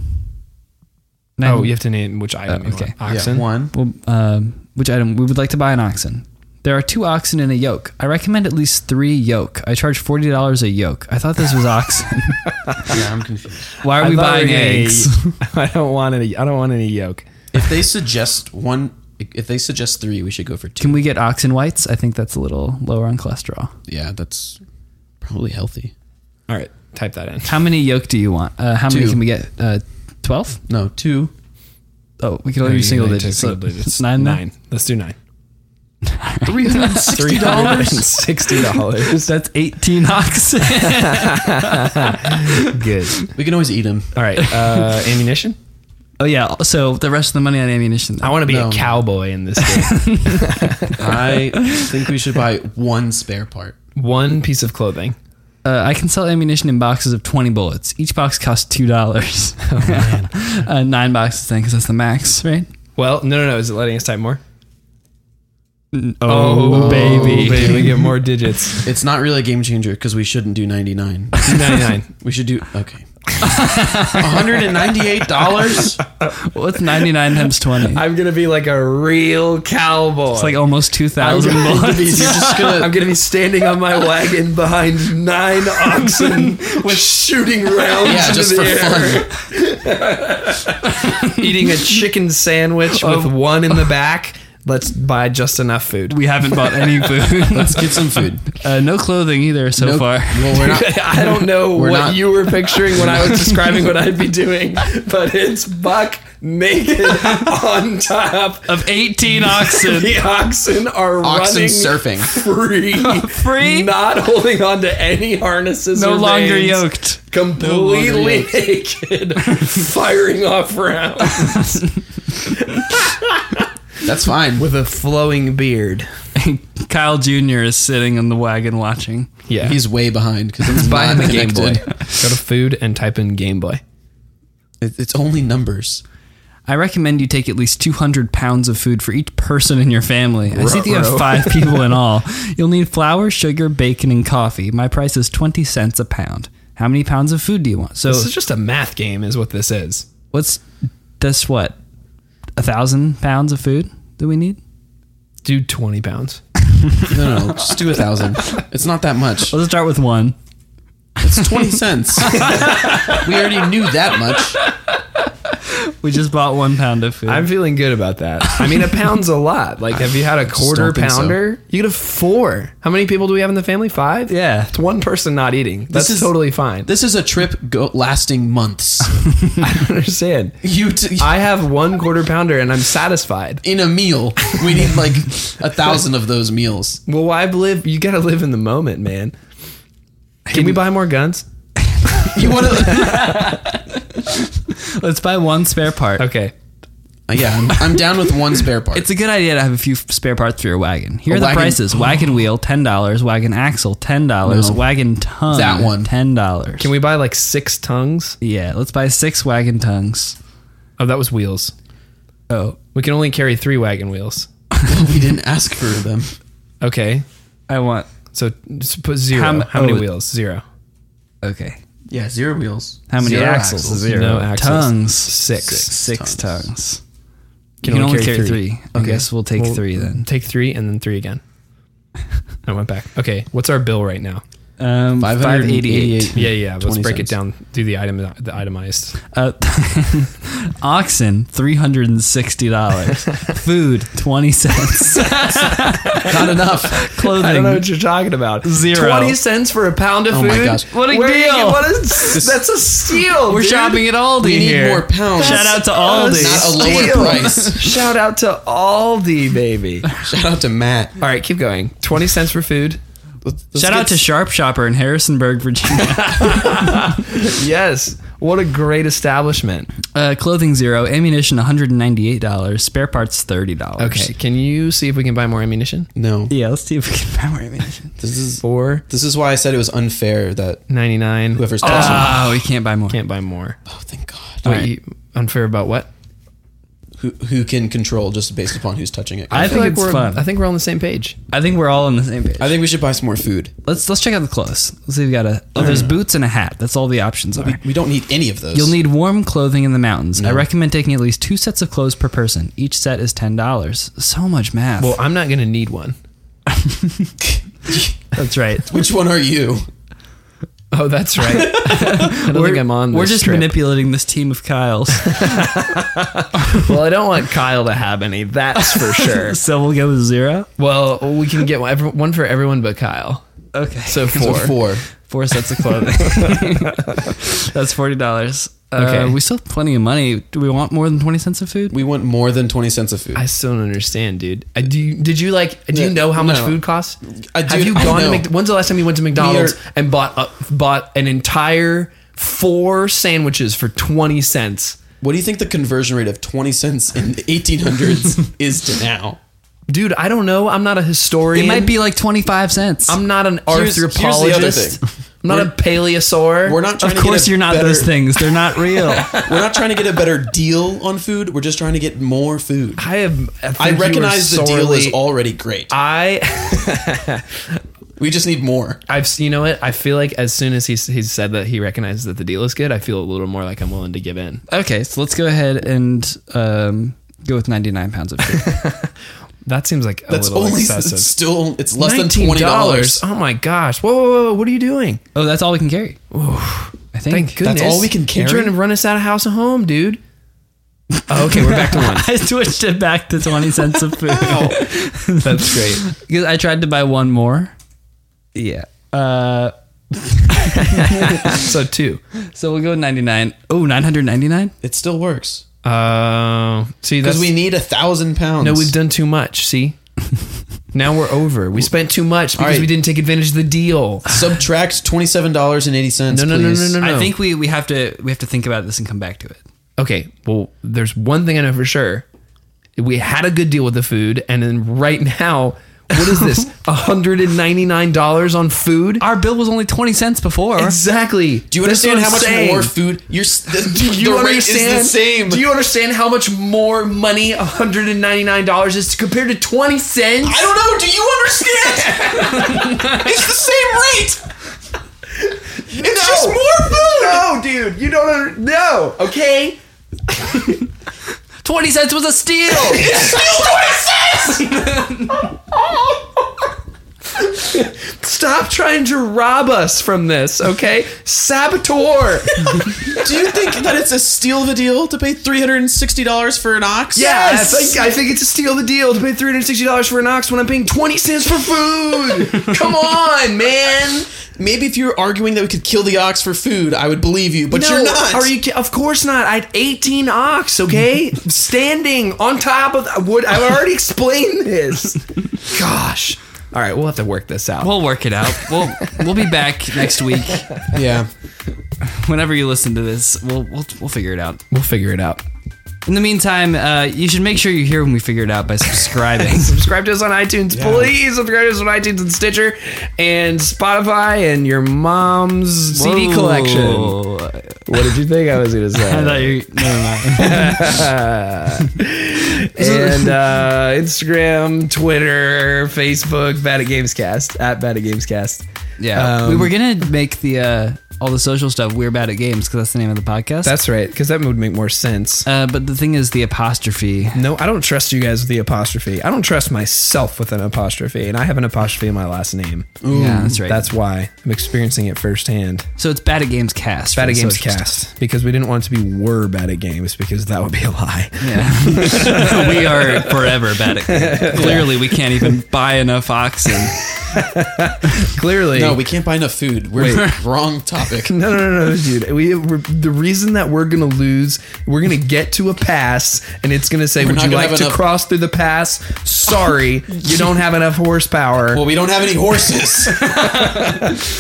[SPEAKER 2] Oh, you have to name which item.
[SPEAKER 1] Oh,
[SPEAKER 2] you
[SPEAKER 1] okay.
[SPEAKER 2] want. Oxen.
[SPEAKER 3] Yeah, one.
[SPEAKER 1] Well, um, which item we would like to buy an oxen. There are two oxen and a yoke. I recommend at least three yoke. I charge forty dollars a yoke. I thought this was oxen.
[SPEAKER 4] Yeah, I'm confused.
[SPEAKER 1] Why are
[SPEAKER 2] I
[SPEAKER 1] we
[SPEAKER 2] thought
[SPEAKER 1] buying
[SPEAKER 2] were getting
[SPEAKER 1] eggs?
[SPEAKER 2] a- I don't want any. I don't want any yolk.
[SPEAKER 3] If they suggest one, if they suggest three, we should go for two.
[SPEAKER 1] Can we get oxen whites? I think that's a little lower on cholesterol.
[SPEAKER 3] yeah, that's probably healthy.
[SPEAKER 2] All right, type that in.
[SPEAKER 1] How many yoke do you want? Uh, how many
[SPEAKER 3] Two.
[SPEAKER 1] can we get? Uh, Twelve?
[SPEAKER 3] No, two.
[SPEAKER 1] Oh, we can only do single digits. so Nine. there?
[SPEAKER 2] Nine. Let's do nine.
[SPEAKER 3] Three hundred and sixty dollars.
[SPEAKER 2] Sixty dollars.
[SPEAKER 1] That's eighteen oxen.
[SPEAKER 2] Good.
[SPEAKER 3] we can always eat them.
[SPEAKER 2] All right. Uh, ammunition.
[SPEAKER 1] oh yeah. So the rest of the money on ammunition.
[SPEAKER 2] I want to be
[SPEAKER 3] No.
[SPEAKER 2] a cowboy in this. Game.
[SPEAKER 3] I think we should buy one spare part.
[SPEAKER 2] One piece of clothing.
[SPEAKER 1] Uh, I can sell ammunition in boxes of 20 bullets. Each box costs $2.
[SPEAKER 3] Oh,
[SPEAKER 1] uh, nine boxes then, because that's the max, right?
[SPEAKER 2] Well, no, no, no. Is it letting us type more? Oh,
[SPEAKER 1] baby.
[SPEAKER 2] baby. We get more digits.
[SPEAKER 3] It's not really a game changer because we shouldn't do ninety nine.
[SPEAKER 2] Ninety-nine.
[SPEAKER 3] We should do okay. One hundred and ninety eight dollars.
[SPEAKER 1] What's 99 times 20?
[SPEAKER 2] I'm gonna be like a real cowboy.
[SPEAKER 1] It's like almost 2,000 bullets.
[SPEAKER 3] You're just gonna
[SPEAKER 2] I'm gonna be standing on my wagon behind nine oxen with shooting rounds
[SPEAKER 3] yeah,
[SPEAKER 2] into
[SPEAKER 3] just
[SPEAKER 2] the
[SPEAKER 3] for
[SPEAKER 2] air,
[SPEAKER 3] fun.
[SPEAKER 2] eating a chicken sandwich with one in the back. Let's buy just enough food.
[SPEAKER 1] We haven't bought any food.
[SPEAKER 3] Let's get some food.
[SPEAKER 1] uh, no clothing either so
[SPEAKER 3] No-
[SPEAKER 1] far.
[SPEAKER 3] Well, we're not.
[SPEAKER 2] I don't know
[SPEAKER 3] We're
[SPEAKER 2] what
[SPEAKER 3] not-
[SPEAKER 2] you were picturing when I was describing what I'd be doing, but it's Buck naked on top.
[SPEAKER 1] Of 18 oxen.
[SPEAKER 2] The oxen are
[SPEAKER 3] Oxen
[SPEAKER 2] running
[SPEAKER 3] surfing.
[SPEAKER 2] free,
[SPEAKER 1] Free?
[SPEAKER 2] not holding on to any harnesses.
[SPEAKER 1] no
[SPEAKER 2] or
[SPEAKER 1] longer
[SPEAKER 2] reins.
[SPEAKER 1] yoked.
[SPEAKER 2] completely naked, firing off rounds
[SPEAKER 3] That's fine.
[SPEAKER 2] with a flowing beard.
[SPEAKER 1] Kyle Jr. is sitting in the wagon watching.
[SPEAKER 2] Yeah,
[SPEAKER 3] He's way behind because it's not connected.
[SPEAKER 2] Go to food and type in Game Boy.
[SPEAKER 3] It- It's only numbers.
[SPEAKER 1] I recommend you take at least 200 pounds of food for each person in your family. I see that you have five people in all. You'll need flour, sugar, bacon, and coffee. My price is 20 cents a pound. How many pounds of food do you want? So,
[SPEAKER 2] This is just a math game, is what this is.
[SPEAKER 1] what's that's what? A thousand pounds of food do we need?
[SPEAKER 2] Do twenty pounds.
[SPEAKER 3] No, no, no, just do a thousand. It's not that much.
[SPEAKER 1] Let's start with one.
[SPEAKER 3] It's twenty cents. we already knew that much.
[SPEAKER 1] We just bought one pound of food.
[SPEAKER 2] I'm feeling good about that. I mean, a pound's a lot. Like, have you had a quarter
[SPEAKER 3] don't think so.
[SPEAKER 2] pounder? You could have four. How many people do we have in the family? Five.
[SPEAKER 1] Yeah.
[SPEAKER 2] it's one person not eating. That's
[SPEAKER 3] is-
[SPEAKER 2] totally fine.
[SPEAKER 3] This is a trip go- lasting months.
[SPEAKER 2] I don't understand.
[SPEAKER 3] You t-
[SPEAKER 2] I have one quarter pounder and I'm satisfied.
[SPEAKER 3] in a meal, we need like a thousand of those meals.
[SPEAKER 2] Well, why live? You gotta live in the moment, man. Can we buy more guns?
[SPEAKER 3] You Uh, want to?
[SPEAKER 1] Let's buy one spare part.
[SPEAKER 2] Okay.
[SPEAKER 3] yeah, I'm, I'm down with one spare part.
[SPEAKER 1] It's a good idea to have a few f- spare parts for your wagon. Here
[SPEAKER 3] A
[SPEAKER 1] are the
[SPEAKER 3] wagon-
[SPEAKER 1] prices: wagon wheel, ten dollars; wagon axle, ten dollars;
[SPEAKER 3] No.
[SPEAKER 1] wagon tongue,
[SPEAKER 3] That one.
[SPEAKER 1] ten dollars.
[SPEAKER 2] Can we buy like six tongues?
[SPEAKER 1] Yeah, let's buy six wagon tongues.
[SPEAKER 2] Oh, that was wheels.
[SPEAKER 1] Oh,
[SPEAKER 2] We can only carry three wagon wheels.
[SPEAKER 3] we didn't ask for them.
[SPEAKER 2] Okay.
[SPEAKER 1] I want.
[SPEAKER 2] So just put zero.
[SPEAKER 1] How
[SPEAKER 2] How,
[SPEAKER 1] m-
[SPEAKER 2] many
[SPEAKER 1] oh.
[SPEAKER 2] wheels? Zero.
[SPEAKER 1] Okay.
[SPEAKER 3] Yeah, zero wheels.
[SPEAKER 1] How many
[SPEAKER 3] Zero
[SPEAKER 1] axles?
[SPEAKER 3] axles.
[SPEAKER 1] Zero.
[SPEAKER 2] No axles.
[SPEAKER 1] Tongues.
[SPEAKER 2] Six.
[SPEAKER 1] Six tongues.
[SPEAKER 3] tongues.
[SPEAKER 1] You can only carry three. I guess we'll take three then.
[SPEAKER 2] Take three and then three again. I went back. Okay. What's our bill right now?
[SPEAKER 1] Um,
[SPEAKER 3] 588.
[SPEAKER 1] 588.
[SPEAKER 2] Yeah, yeah. Let's
[SPEAKER 3] 20
[SPEAKER 2] break
[SPEAKER 3] cents.
[SPEAKER 2] it down. Do the item, the itemized.
[SPEAKER 1] Uh, oxen, $360. Food, 20 cents.
[SPEAKER 3] Not enough.
[SPEAKER 1] Clothing.
[SPEAKER 2] I don't know what you're talking about.
[SPEAKER 1] Zero.
[SPEAKER 2] Twenty cents for a pound of
[SPEAKER 3] Oh
[SPEAKER 2] food.
[SPEAKER 3] my gosh.
[SPEAKER 1] What a
[SPEAKER 2] Where you
[SPEAKER 1] deal.
[SPEAKER 2] get- what is, that's a steal.
[SPEAKER 1] We're
[SPEAKER 2] dude.
[SPEAKER 1] shopping at Aldi
[SPEAKER 3] We need
[SPEAKER 1] here.
[SPEAKER 3] more pounds.
[SPEAKER 1] Shout out to
[SPEAKER 3] Not a
[SPEAKER 1] Aldi.
[SPEAKER 3] lower
[SPEAKER 2] Steal.
[SPEAKER 3] price.
[SPEAKER 2] Shout out to Aldi, baby. All
[SPEAKER 3] Shout out to Matt.
[SPEAKER 2] right, keep going. Twenty cents for food.
[SPEAKER 3] Let's- let's
[SPEAKER 1] Shout out
[SPEAKER 3] get-
[SPEAKER 1] to Sharp Shopper in Harrisonburg, Virginia.
[SPEAKER 2] Yes. What a great establishment.
[SPEAKER 1] uh, clothing, zero. Ammunition, $198. Spare parts, $30.
[SPEAKER 2] Okay, can you see if we can buy more ammunition?
[SPEAKER 3] no.
[SPEAKER 1] Yeah, let's see if we can find more ammunition.
[SPEAKER 3] This is
[SPEAKER 2] Four
[SPEAKER 3] this is why I said it was unfair that
[SPEAKER 2] ninety
[SPEAKER 1] Ah.
[SPEAKER 2] nine.
[SPEAKER 3] whoever's passing.
[SPEAKER 1] Oh, we can't buy more.
[SPEAKER 2] can't buy more.
[SPEAKER 3] Oh, thank God.
[SPEAKER 2] Wait, you- unfair about what?
[SPEAKER 3] who who can control just based upon who's touching it.
[SPEAKER 1] I
[SPEAKER 3] I,
[SPEAKER 1] think it's
[SPEAKER 2] we're,
[SPEAKER 1] fun.
[SPEAKER 2] I think we're on the same page.
[SPEAKER 1] I think we're all on the same page.
[SPEAKER 3] think we should buy some more food.
[SPEAKER 1] Let's let's check out the clothes. Let's see. We got a oh,
[SPEAKER 2] Mm.
[SPEAKER 1] there's boots and a hat. That's all the options are.
[SPEAKER 3] We don't need any of those.
[SPEAKER 1] You'll need warm clothing in the mountains.
[SPEAKER 2] Mm.
[SPEAKER 1] I recommend taking at least two sets of clothes per person. Each set is ten dollars. So much math.
[SPEAKER 2] Well, I'm not gonna need one.
[SPEAKER 1] that's right.
[SPEAKER 3] Which one are you?
[SPEAKER 2] Oh, that's right. I don't think I'm on.
[SPEAKER 1] We're
[SPEAKER 2] this
[SPEAKER 1] just
[SPEAKER 2] trip.
[SPEAKER 1] manipulating this team of Kyles,
[SPEAKER 2] Well, I don't want Kyle to have any. That's for sure.
[SPEAKER 1] so we'll go with zero.
[SPEAKER 2] well, we can get one, every- one for everyone but Kyle.
[SPEAKER 1] Okay,
[SPEAKER 2] So
[SPEAKER 3] So
[SPEAKER 2] four.
[SPEAKER 3] four.
[SPEAKER 1] four sets of clothing. that's forty dollars. Okay,
[SPEAKER 2] Okay.
[SPEAKER 1] Uh, we still have plenty of money. Do we want more than twenty cents of food?
[SPEAKER 3] We want more than twenty cents of food.
[SPEAKER 2] I still don't understand, dude. I, do you, did you like? Do you
[SPEAKER 3] Yeah,
[SPEAKER 2] know how much
[SPEAKER 3] no.
[SPEAKER 2] food costs?
[SPEAKER 3] I
[SPEAKER 2] Have
[SPEAKER 3] do-
[SPEAKER 2] you
[SPEAKER 3] I
[SPEAKER 2] gone to
[SPEAKER 3] know.
[SPEAKER 2] Mc, When's the last time you went to McDonald's and bought a, bought an entire four sandwiches for twenty cents?
[SPEAKER 3] what do you think the conversion rate of twenty cents in the eighteen hundreds is to now?
[SPEAKER 2] Dude, I don't know. I'm not a historian.
[SPEAKER 1] It might be like twenty five cents.
[SPEAKER 2] I'm not an
[SPEAKER 3] Here's- here's the other
[SPEAKER 2] arthropologist.
[SPEAKER 3] thing.
[SPEAKER 2] I'm not a paleosaur.
[SPEAKER 3] We're not trying
[SPEAKER 1] of
[SPEAKER 3] to get
[SPEAKER 1] course,
[SPEAKER 3] a
[SPEAKER 1] you're not
[SPEAKER 3] better-
[SPEAKER 1] those things. They're not real.
[SPEAKER 3] We're not trying to get a better deal on food. We're just trying to get more food.
[SPEAKER 2] I have. I, think
[SPEAKER 3] I
[SPEAKER 2] you are
[SPEAKER 3] recognize the deal
[SPEAKER 2] sorely-
[SPEAKER 3] is already great.
[SPEAKER 2] I.
[SPEAKER 3] We just need more.
[SPEAKER 2] I've. You know what? I feel like as soon as he's he's said that he recognizes that the deal is good, I feel a little more like I'm willing to give in.
[SPEAKER 1] okay, so let's go ahead and um, go with ninety nine pounds of food.
[SPEAKER 2] That seems like a
[SPEAKER 3] That's
[SPEAKER 2] little
[SPEAKER 3] only
[SPEAKER 2] excessive.
[SPEAKER 3] it's still it's less than twenty dollars. Mm,
[SPEAKER 2] Oh my gosh! Whoa, whoa, whoa, whoa! What are you doing?
[SPEAKER 1] Oh, that's all we can carry. I think.
[SPEAKER 2] Thank goodness.
[SPEAKER 3] all we can
[SPEAKER 2] You're
[SPEAKER 3] carry?
[SPEAKER 2] trying to run us out of house and home, dude. Oh, okay, we're back to one.
[SPEAKER 1] I switched it back to 20 cents of food.
[SPEAKER 2] That's great.
[SPEAKER 1] Because I tried to buy one more. Yeah. Uh,
[SPEAKER 2] So two.
[SPEAKER 1] so we'll go 99. Oh, 999?
[SPEAKER 3] It still works
[SPEAKER 2] Uh, see, that's
[SPEAKER 3] because we need a thousand pounds.
[SPEAKER 2] no. We've done too much. See, now we're over. We spent too much because
[SPEAKER 3] right.
[SPEAKER 2] we didn't take advantage of the deal.
[SPEAKER 3] subtract twenty seven dollars and eighty cents.
[SPEAKER 2] No, no, no, no, no, no.
[SPEAKER 1] I think we, we have to we have to think about this and come back to it.
[SPEAKER 2] okay, well, there's one thing I know for sure. We had a good deal with the food, and then right now, what is this? $199 on food?
[SPEAKER 1] Our bill was only 20 cents before.
[SPEAKER 2] Exactly.
[SPEAKER 3] Do you
[SPEAKER 2] That's
[SPEAKER 3] understand
[SPEAKER 2] what
[SPEAKER 3] how
[SPEAKER 2] I'm
[SPEAKER 3] much
[SPEAKER 2] saying.
[SPEAKER 3] more food? You're s- the,
[SPEAKER 2] Do you
[SPEAKER 3] the rate is
[SPEAKER 2] understand?
[SPEAKER 3] the same.
[SPEAKER 2] Do you understand how much more money $199 is compared to 20 cents?
[SPEAKER 3] I don't know. Do you understand? it's the same rate. It's just more food.
[SPEAKER 2] No, dude, you don't under- no. Okay,
[SPEAKER 1] 20 cents was a steal.
[SPEAKER 2] stop trying to rob us from this. Okay, saboteur.
[SPEAKER 3] Do you think that it's a steal of a deal to pay three hundred and sixty dollars for an ox?
[SPEAKER 2] Yes, I think, I think it's a steal of the deal to pay three hundred sixty dollars for an ox when I'm paying twenty cents for food. Come on, man.
[SPEAKER 3] Maybe if you were arguing that we could kill the ox for food, I would believe you. But you're not.
[SPEAKER 2] Are you? ki- Of course not. I had eighteen ox. Okay, standing on top of. I Would I already explained this? Gosh. All right, we'll have to work this out.
[SPEAKER 1] we'll work it out. We'll we'll be back next week.
[SPEAKER 3] Yeah.
[SPEAKER 1] Whenever you listen to this, we'll we'll, we'll figure it out.
[SPEAKER 2] we'll figure it out.
[SPEAKER 1] In the meantime, uh, you should make sure you hear when we figure it out by subscribing.
[SPEAKER 2] Subscribe to us on iTunes, please. Subscribe to us on iTunes and Stitcher and Spotify and your mom's CD collection.
[SPEAKER 1] collection.
[SPEAKER 2] What did you think I was going to
[SPEAKER 1] I
[SPEAKER 2] say?
[SPEAKER 1] thought you. Never mind.
[SPEAKER 2] and uh, Instagram, Twitter, Facebook, Bad at Gamescast at Bad at Gamescast.
[SPEAKER 1] Yeah,
[SPEAKER 2] Um,
[SPEAKER 1] we were gonna make the uh, all the social stuff. We're bad at games because that's the name of the podcast.
[SPEAKER 2] That's right, because that would make more sense.
[SPEAKER 1] uh, but the thing is the apostrophe.
[SPEAKER 2] No, I don't trust you guys with the apostrophe. I don't trust myself with an apostrophe, and I have an apostrophe in my last name.
[SPEAKER 1] yeah, that's right.
[SPEAKER 2] That's why I'm experiencing it firsthand.
[SPEAKER 1] so it's bad at games cast. for
[SPEAKER 2] Bad at
[SPEAKER 1] the
[SPEAKER 2] Games
[SPEAKER 1] social stuff.
[SPEAKER 2] Cast, because we didn't want it to be were bad at games, because that would be a lie.
[SPEAKER 1] Yeah, we are forever bad at. games. Clearly, we can't even buy enough oxen.
[SPEAKER 2] Clearly,
[SPEAKER 3] No, we can't buy enough food. We're wrong topic.
[SPEAKER 2] No, no, no, no, dude. We we're, the reason that we're gonna lose, we're gonna get to a pass, and it's gonna say, "Would
[SPEAKER 3] not
[SPEAKER 2] you
[SPEAKER 3] gonna
[SPEAKER 2] like
[SPEAKER 3] have
[SPEAKER 2] to
[SPEAKER 3] enough-
[SPEAKER 2] cross through the pass?" Sorry, you don't have enough horsepower.
[SPEAKER 3] Well, we don't have any horses.
[SPEAKER 1] Guys,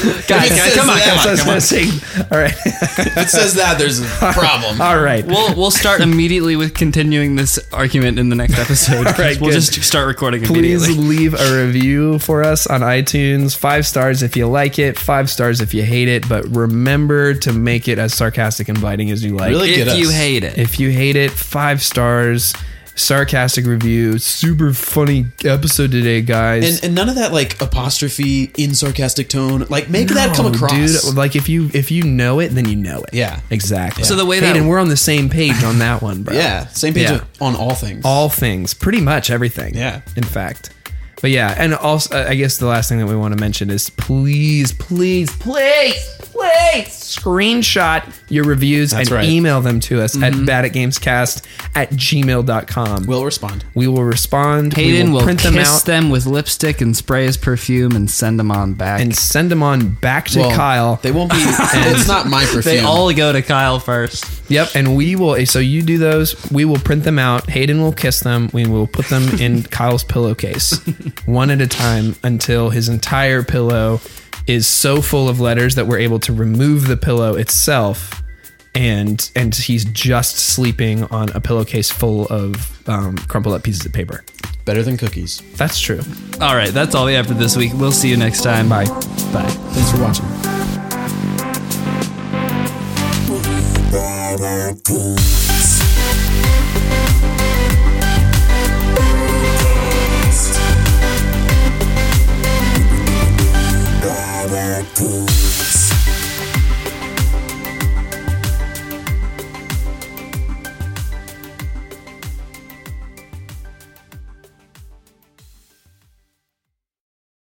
[SPEAKER 3] It
[SPEAKER 1] guys,
[SPEAKER 3] says
[SPEAKER 1] come on,
[SPEAKER 3] that.
[SPEAKER 1] come on,
[SPEAKER 2] So I was
[SPEAKER 1] come on.
[SPEAKER 2] gonna say, all right,
[SPEAKER 3] If it says that, there's a problem.
[SPEAKER 2] all right.
[SPEAKER 1] We'll we'll start immediately with continuing this argument in the next episode. 'cause
[SPEAKER 2] right,
[SPEAKER 1] we'll
[SPEAKER 2] good.
[SPEAKER 1] just start recording
[SPEAKER 2] Please
[SPEAKER 1] immediately.
[SPEAKER 2] leave a review for us on iTunes. Five stars if you like it, five stars if you hate it, but remember to make it as sarcastic and biting as you like.
[SPEAKER 3] Really? Look at
[SPEAKER 1] if you
[SPEAKER 3] us.
[SPEAKER 1] hate it.
[SPEAKER 2] If you hate it, five stars, sarcastic review, super funny episode today, guys.
[SPEAKER 3] And, and none of that like apostrophe in sarcastic tone. Like make that come
[SPEAKER 2] Oh,
[SPEAKER 3] across.
[SPEAKER 2] dude. Like if you if you know it, then you know it.
[SPEAKER 3] Yeah.
[SPEAKER 2] exactly.
[SPEAKER 1] So the way that-
[SPEAKER 2] Hayden, we're on the same page on that one, bro.
[SPEAKER 3] yeah, same page
[SPEAKER 2] Yeah.
[SPEAKER 3] of- on all things.
[SPEAKER 2] all things, pretty much everything.
[SPEAKER 3] Yeah.
[SPEAKER 2] in fact. But yeah, and also, I guess the last thing that we want to mention is please, please, please, please screenshot your reviews
[SPEAKER 3] That's
[SPEAKER 2] and
[SPEAKER 3] right.
[SPEAKER 2] email them to us at bad at gamescast at gmail.com.
[SPEAKER 3] will respond.
[SPEAKER 2] we will respond.
[SPEAKER 1] Hayden
[SPEAKER 2] we
[SPEAKER 1] will,
[SPEAKER 2] will print
[SPEAKER 1] kiss
[SPEAKER 2] them out
[SPEAKER 1] with lipstick and spray his perfume and send them on back.
[SPEAKER 2] and send them on back to
[SPEAKER 3] Well,
[SPEAKER 2] Kyle.
[SPEAKER 3] They won't be. it's not my perfume.
[SPEAKER 1] they all go to Kyle first.
[SPEAKER 2] Yep, and we will. eh, So you do those. We will print them out. Hayden will kiss them. We will put them in Kyle's pillowcase, one at a time, until his entire pillow is so full of letters that we're able to remove the pillow itself, and and he's just sleeping on a pillowcase full of um, crumpled up pieces of paper.
[SPEAKER 3] better than cookies.
[SPEAKER 2] That's true.
[SPEAKER 1] All right, that's all we have for this week. We'll see you next time.
[SPEAKER 2] Bye.
[SPEAKER 1] Bye.
[SPEAKER 3] Thanks for watching.
[SPEAKER 5] Bye.